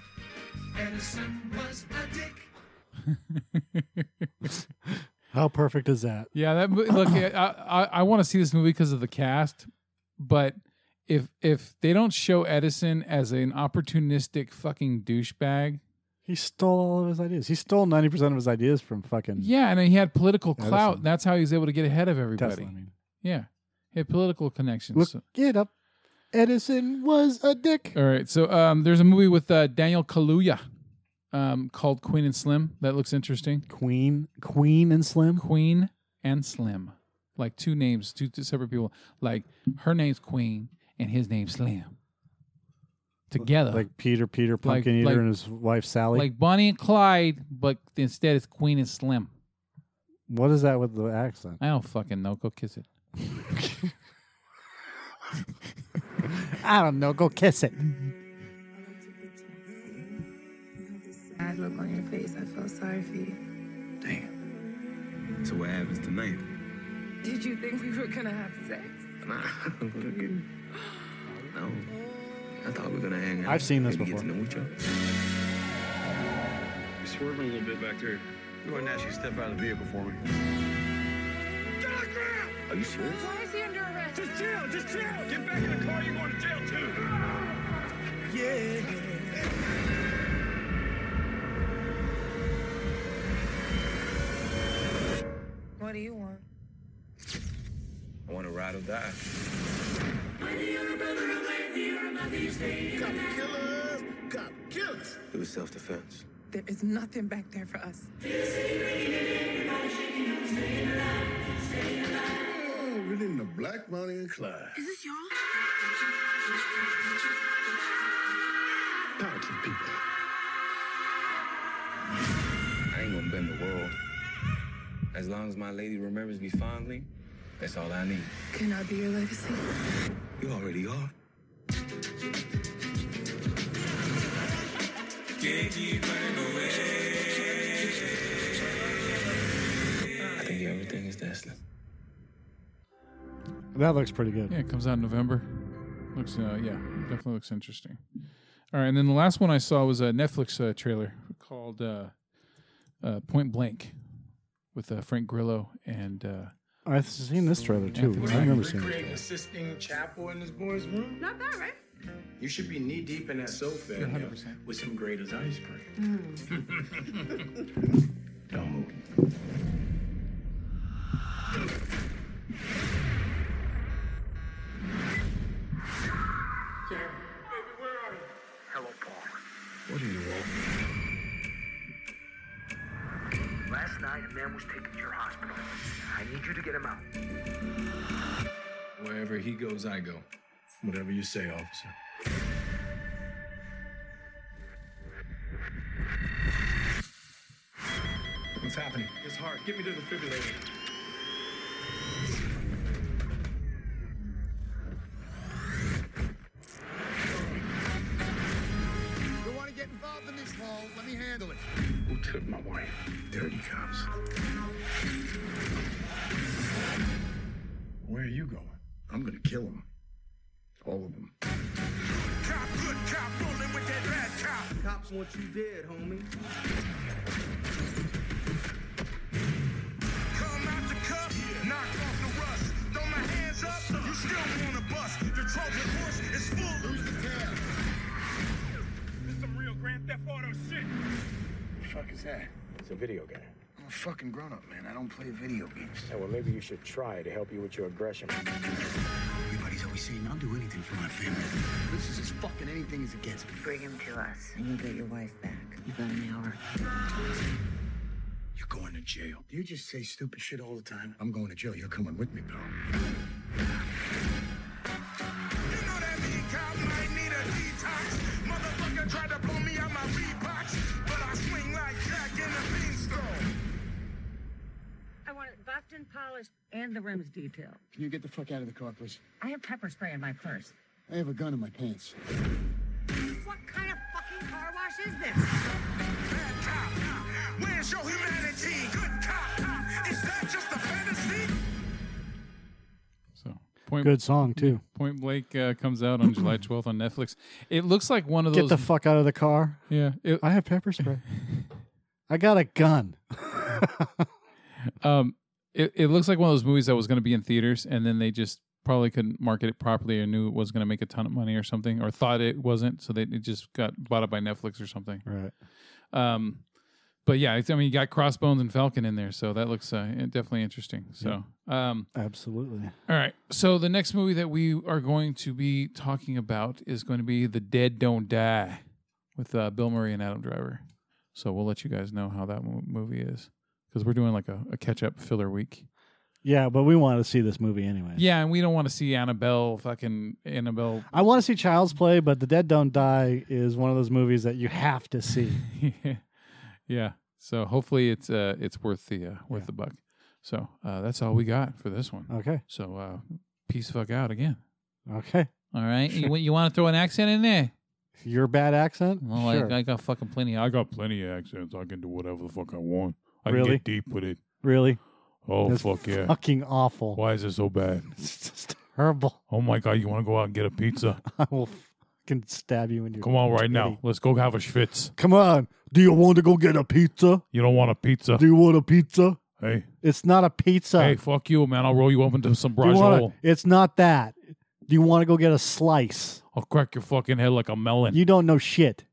Speaker 10: Edison was a dick.
Speaker 3: How perfect is that?
Speaker 2: Yeah, that mo- look. I I, I want to see this movie because of the cast, but if if they don't show Edison as an opportunistic fucking douchebag,
Speaker 3: He stole all of his ideas. He stole ninety percent of his ideas from fucking
Speaker 2: yeah, and he had political
Speaker 3: Edison.
Speaker 2: clout. and that's how he was able to get ahead of everybody.
Speaker 3: Tesla, I mean.
Speaker 2: Yeah, he had political connections.
Speaker 3: Look
Speaker 2: so-
Speaker 3: it up. Edison was a dick.
Speaker 2: All right, so um, there's a movie with uh, Daniel Kaluuya um, called Queen and Slim. That looks interesting.
Speaker 3: Queen, Queen and Slim.
Speaker 2: Queen and Slim, like two names, two, two separate people. Like her name's Queen and his name's Slim. Together,
Speaker 3: Like Peter, Peter
Speaker 2: Like-
Speaker 3: Pumpkin Eater,
Speaker 2: like-
Speaker 3: and his wife Sally.
Speaker 2: like Bonnie and Clyde, but instead it's Queen and Slim.
Speaker 3: what is that with the accent?
Speaker 2: I don't fucking know. Go kiss it.
Speaker 3: I don't know. Go kiss it.
Speaker 18: Sad look on your face. I felt sorry for you.
Speaker 19: Damn. So what happens tonight?
Speaker 18: Did you think we were gonna have sex?
Speaker 19: Nah, I'm gonna get. No. I thought we were gonna hang out.
Speaker 3: I've seen this
Speaker 19: maybe
Speaker 3: before.
Speaker 19: Get to know each other.
Speaker 20: You're swerving a little bit back there.
Speaker 21: Go ahead and actually step out of the vehicle for me. Are you serious?
Speaker 5: Why is he under arrest?
Speaker 12: Just chill, just chill. Get back in the car. You're going to jail too. Yeah.
Speaker 18: What do you want?
Speaker 19: I want to ride or die.
Speaker 22: Cop killers, cop killers.
Speaker 19: It was self defense.
Speaker 18: There is nothing back there for us.
Speaker 22: Oh, we're in the Black Money and Clyde.
Speaker 5: Is this y'all?
Speaker 19: Power to the people. I ain't gonna bend the world. As long as my lady remembers me fondly, that's all I need.
Speaker 18: Can I be your legacy?
Speaker 19: You already are. I think everything is destined.
Speaker 3: That looks pretty good.
Speaker 2: Yeah, it comes out in November. Looks, uh, yeah, definitely looks interesting. All right, and then the last one I saw was a Netflix uh, trailer called uh, uh, Point Blank with uh, Frank Grillo and uh,
Speaker 3: I've seen this trailer too.
Speaker 2: Anthony
Speaker 3: I remember
Speaker 2: Mackie.
Speaker 3: seeing it.
Speaker 23: Creating assisting chapel in this boy's room? Not bad, right? You should be knee deep in that sofa in there with some Grater's ice cream. Don't move.
Speaker 19: Hello, Paul. What do you want? Last night, a man was taken to your hospital. I need you to get him out.
Speaker 23: Wherever he goes, I go. Whatever you say, officer. What's happening? His heart. Get me to the defibrillator.
Speaker 22: Don't want to get involved in this, Paul. Let me handle it.
Speaker 19: Who took my wife? Dirty cops.
Speaker 23: Where are you going? I'm gonna kill him. All of them.
Speaker 12: Cop, good cop, rolling with that bad cop. Cops want you dead, homie. Come out the cup, knock off the rust. Throw my hands up, you still wanna bust. The Trojan horse is full. Who's the tail? This some real Grand Theft Auto shit.
Speaker 23: The fuck is that? It's a video game.
Speaker 12: I'm a fucking grown up, man. I don't play video games.
Speaker 23: Yeah, well, maybe you should try to help you with your aggression.
Speaker 12: Everybody's always saying I'll do anything for my family. This is as fucking anything as it gets. Bring him to us, and you'll get your wife back. You've got an hour. You're going to jail. You just say stupid shit all the time. I'm going to jail. You're coming with me, pal. You know that mean cop might need a detox. Motherfucker tried to blow me out my
Speaker 24: colors and the rims detail.
Speaker 12: Can you get the fuck out of the car, please?
Speaker 24: I have pepper spray in my purse.
Speaker 12: I have a gun in my pants.
Speaker 24: What kind of fucking car wash is this?
Speaker 18: Where's your humanity? Good cop. Is that just a fantasy?
Speaker 2: Point,
Speaker 3: Good song, too.
Speaker 2: Point Blake uh, comes out on July 12th on Netflix. It looks like one of
Speaker 3: Get
Speaker 2: those.
Speaker 3: the fuck out of the car.
Speaker 2: Yeah,
Speaker 3: I have pepper spray. I got a gun.
Speaker 2: um, it, it looks like one of those movies that was going to be in theaters, and then they just probably couldn't market it properly, or knew it was going to make a ton of money, or something, or thought it wasn't, so they it just got bought up by Netflix or something.
Speaker 3: Right.
Speaker 2: Um, but yeah, it's, I mean, you got Crossbones and Falcon in there, so that looks uh, definitely interesting. So, um,
Speaker 3: Absolutely.
Speaker 2: all right. So the next movie that we are going to be talking about is going to be The Dead Don't Die with uh, Bill Murray and Adam Driver. So we'll let you guys know how that mo- movie is because we're doing like a, a catch up filler week.
Speaker 3: Yeah, but we want to see this movie anyway.
Speaker 2: Yeah, and we don't want to see Annabelle fucking Annabelle.
Speaker 3: I want to see Child's Play, but The Dead Don't Die is one of those movies that you have to see.
Speaker 2: yeah. So hopefully it's uh it's worth the uh, worth the buck. So uh, that's all we got for this one.
Speaker 3: Okay.
Speaker 2: So uh, peace fuck out again.
Speaker 3: Okay.
Speaker 2: All right. You, you want to throw an accent in there?
Speaker 3: Your bad accent?
Speaker 2: Well,
Speaker 3: Sure.
Speaker 2: I, I got fucking plenty. I got plenty of accents. I can do whatever the fuck I want. I
Speaker 3: Really?
Speaker 2: can get deep with it.
Speaker 3: Really?
Speaker 2: Oh
Speaker 3: That's
Speaker 2: fuck yeah!
Speaker 3: Fucking awful.
Speaker 2: Why is it so bad?
Speaker 3: It's just terrible.
Speaker 2: Oh my god! You want to go out and get a pizza?
Speaker 3: I will fucking stab you in your
Speaker 2: Come on, right now. Let's go have a schwitz.
Speaker 3: Come on. Do you want to go get a pizza?
Speaker 2: You don't want a pizza.
Speaker 3: Do you want a pizza?
Speaker 2: Hey.
Speaker 3: It's not a pizza.
Speaker 2: Hey, fuck you, man! I'll roll you up into some
Speaker 3: Do you wanna-
Speaker 2: brajol.
Speaker 3: it's not that. Do you want to go get a slice?
Speaker 2: I'll crack your fucking head like a melon.
Speaker 3: You don't know shit.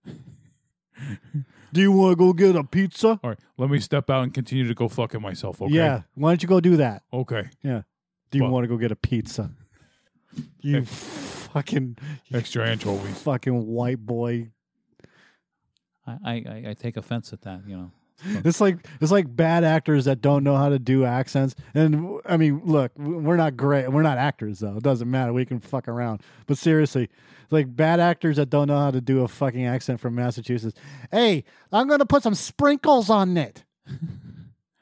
Speaker 3: Do you want to go get a pizza?
Speaker 2: All right, let me step out and continue to go fucking myself. Okay.
Speaker 3: Yeah. Why don't you go do that?
Speaker 2: Okay.
Speaker 3: Yeah. Do you want to go get a pizza? You fucking
Speaker 2: extra anchovies.
Speaker 3: Fucking white boy.
Speaker 25: I, I, I take offense at that, you know.
Speaker 3: It's like it's like bad actors that don't know how to do accents. And I mean, look, we're not great. We're not actors though. It doesn't matter. We can fuck around. But seriously, it's like bad actors that don't know how to do a fucking accent from Massachusetts. Hey, I'm gonna put some sprinkles on it.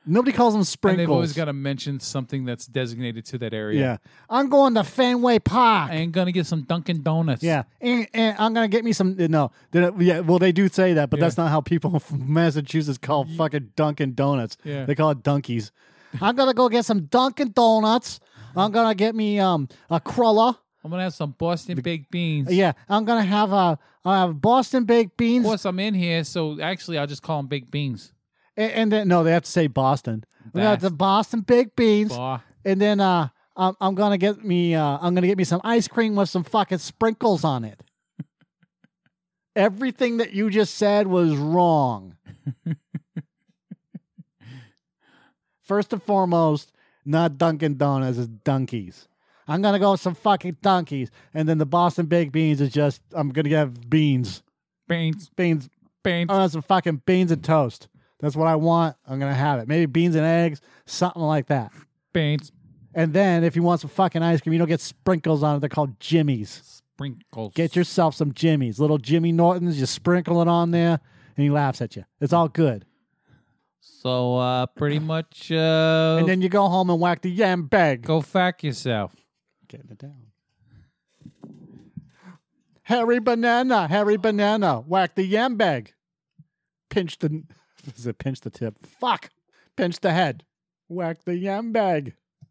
Speaker 3: Nobody calls them
Speaker 2: And
Speaker 3: sprinkles.
Speaker 2: they've always got to mention something that's designated to that area.
Speaker 3: yeah. I'm going to Fenway Park.
Speaker 2: I ain't gonna get some Dunkin' Donuts.
Speaker 3: Yeah, and, and I'm gonna get me some. No, They don't- yeah. Well, they do say that, but that's not how people from Massachusetts call fucking Dunkin' Donuts.
Speaker 1: Yeah.
Speaker 3: they call it Dunkies. I'm gonna go get some Dunkin' Donuts. I'm gonna get me um a cruller.
Speaker 25: I'm gonna have some Boston baked beans.
Speaker 3: Yeah, I'm gonna have a I have Boston baked beans,
Speaker 25: Of course, I'm in here, so actually, I'll just call them baked beans.
Speaker 3: and, and then no, they have to say Boston. We got the Boston baked beans,
Speaker 25: Bah.
Speaker 3: and then uh. I'm I'm gonna get me. Uh, I'm gonna get me some ice cream with some fucking sprinkles on it. Everything that you just said was wrong. First and foremost, not Dunkin' Donuts, it's Dunkies. I'm gonna go with some fucking Dunkies, and then the Boston baked beans is just I'm gonna have beans,
Speaker 2: beans,
Speaker 3: beans,
Speaker 2: beans.
Speaker 3: I want some fucking beans and toast. That's what I want. I'm gonna have it. Maybe beans and eggs, something like that.
Speaker 2: Beans.
Speaker 3: And then if you want some fucking ice cream, you don't get sprinkles on it. They're called jimmies.
Speaker 2: Sprinkles.
Speaker 3: Get yourself some jimmies, little Jimmy Nortons. You sprinkle it on there, and he laughs at you. It's all good.
Speaker 25: So, uh, pretty much, uh,
Speaker 3: And then you go home and whack the yam bag.
Speaker 25: Go fack yourself.
Speaker 3: Getting it down. Harry banana, Harry banana, whack the yam bag. Pinch the, is it pinch the tip? Fuck, pinch the head, whack the yam bag.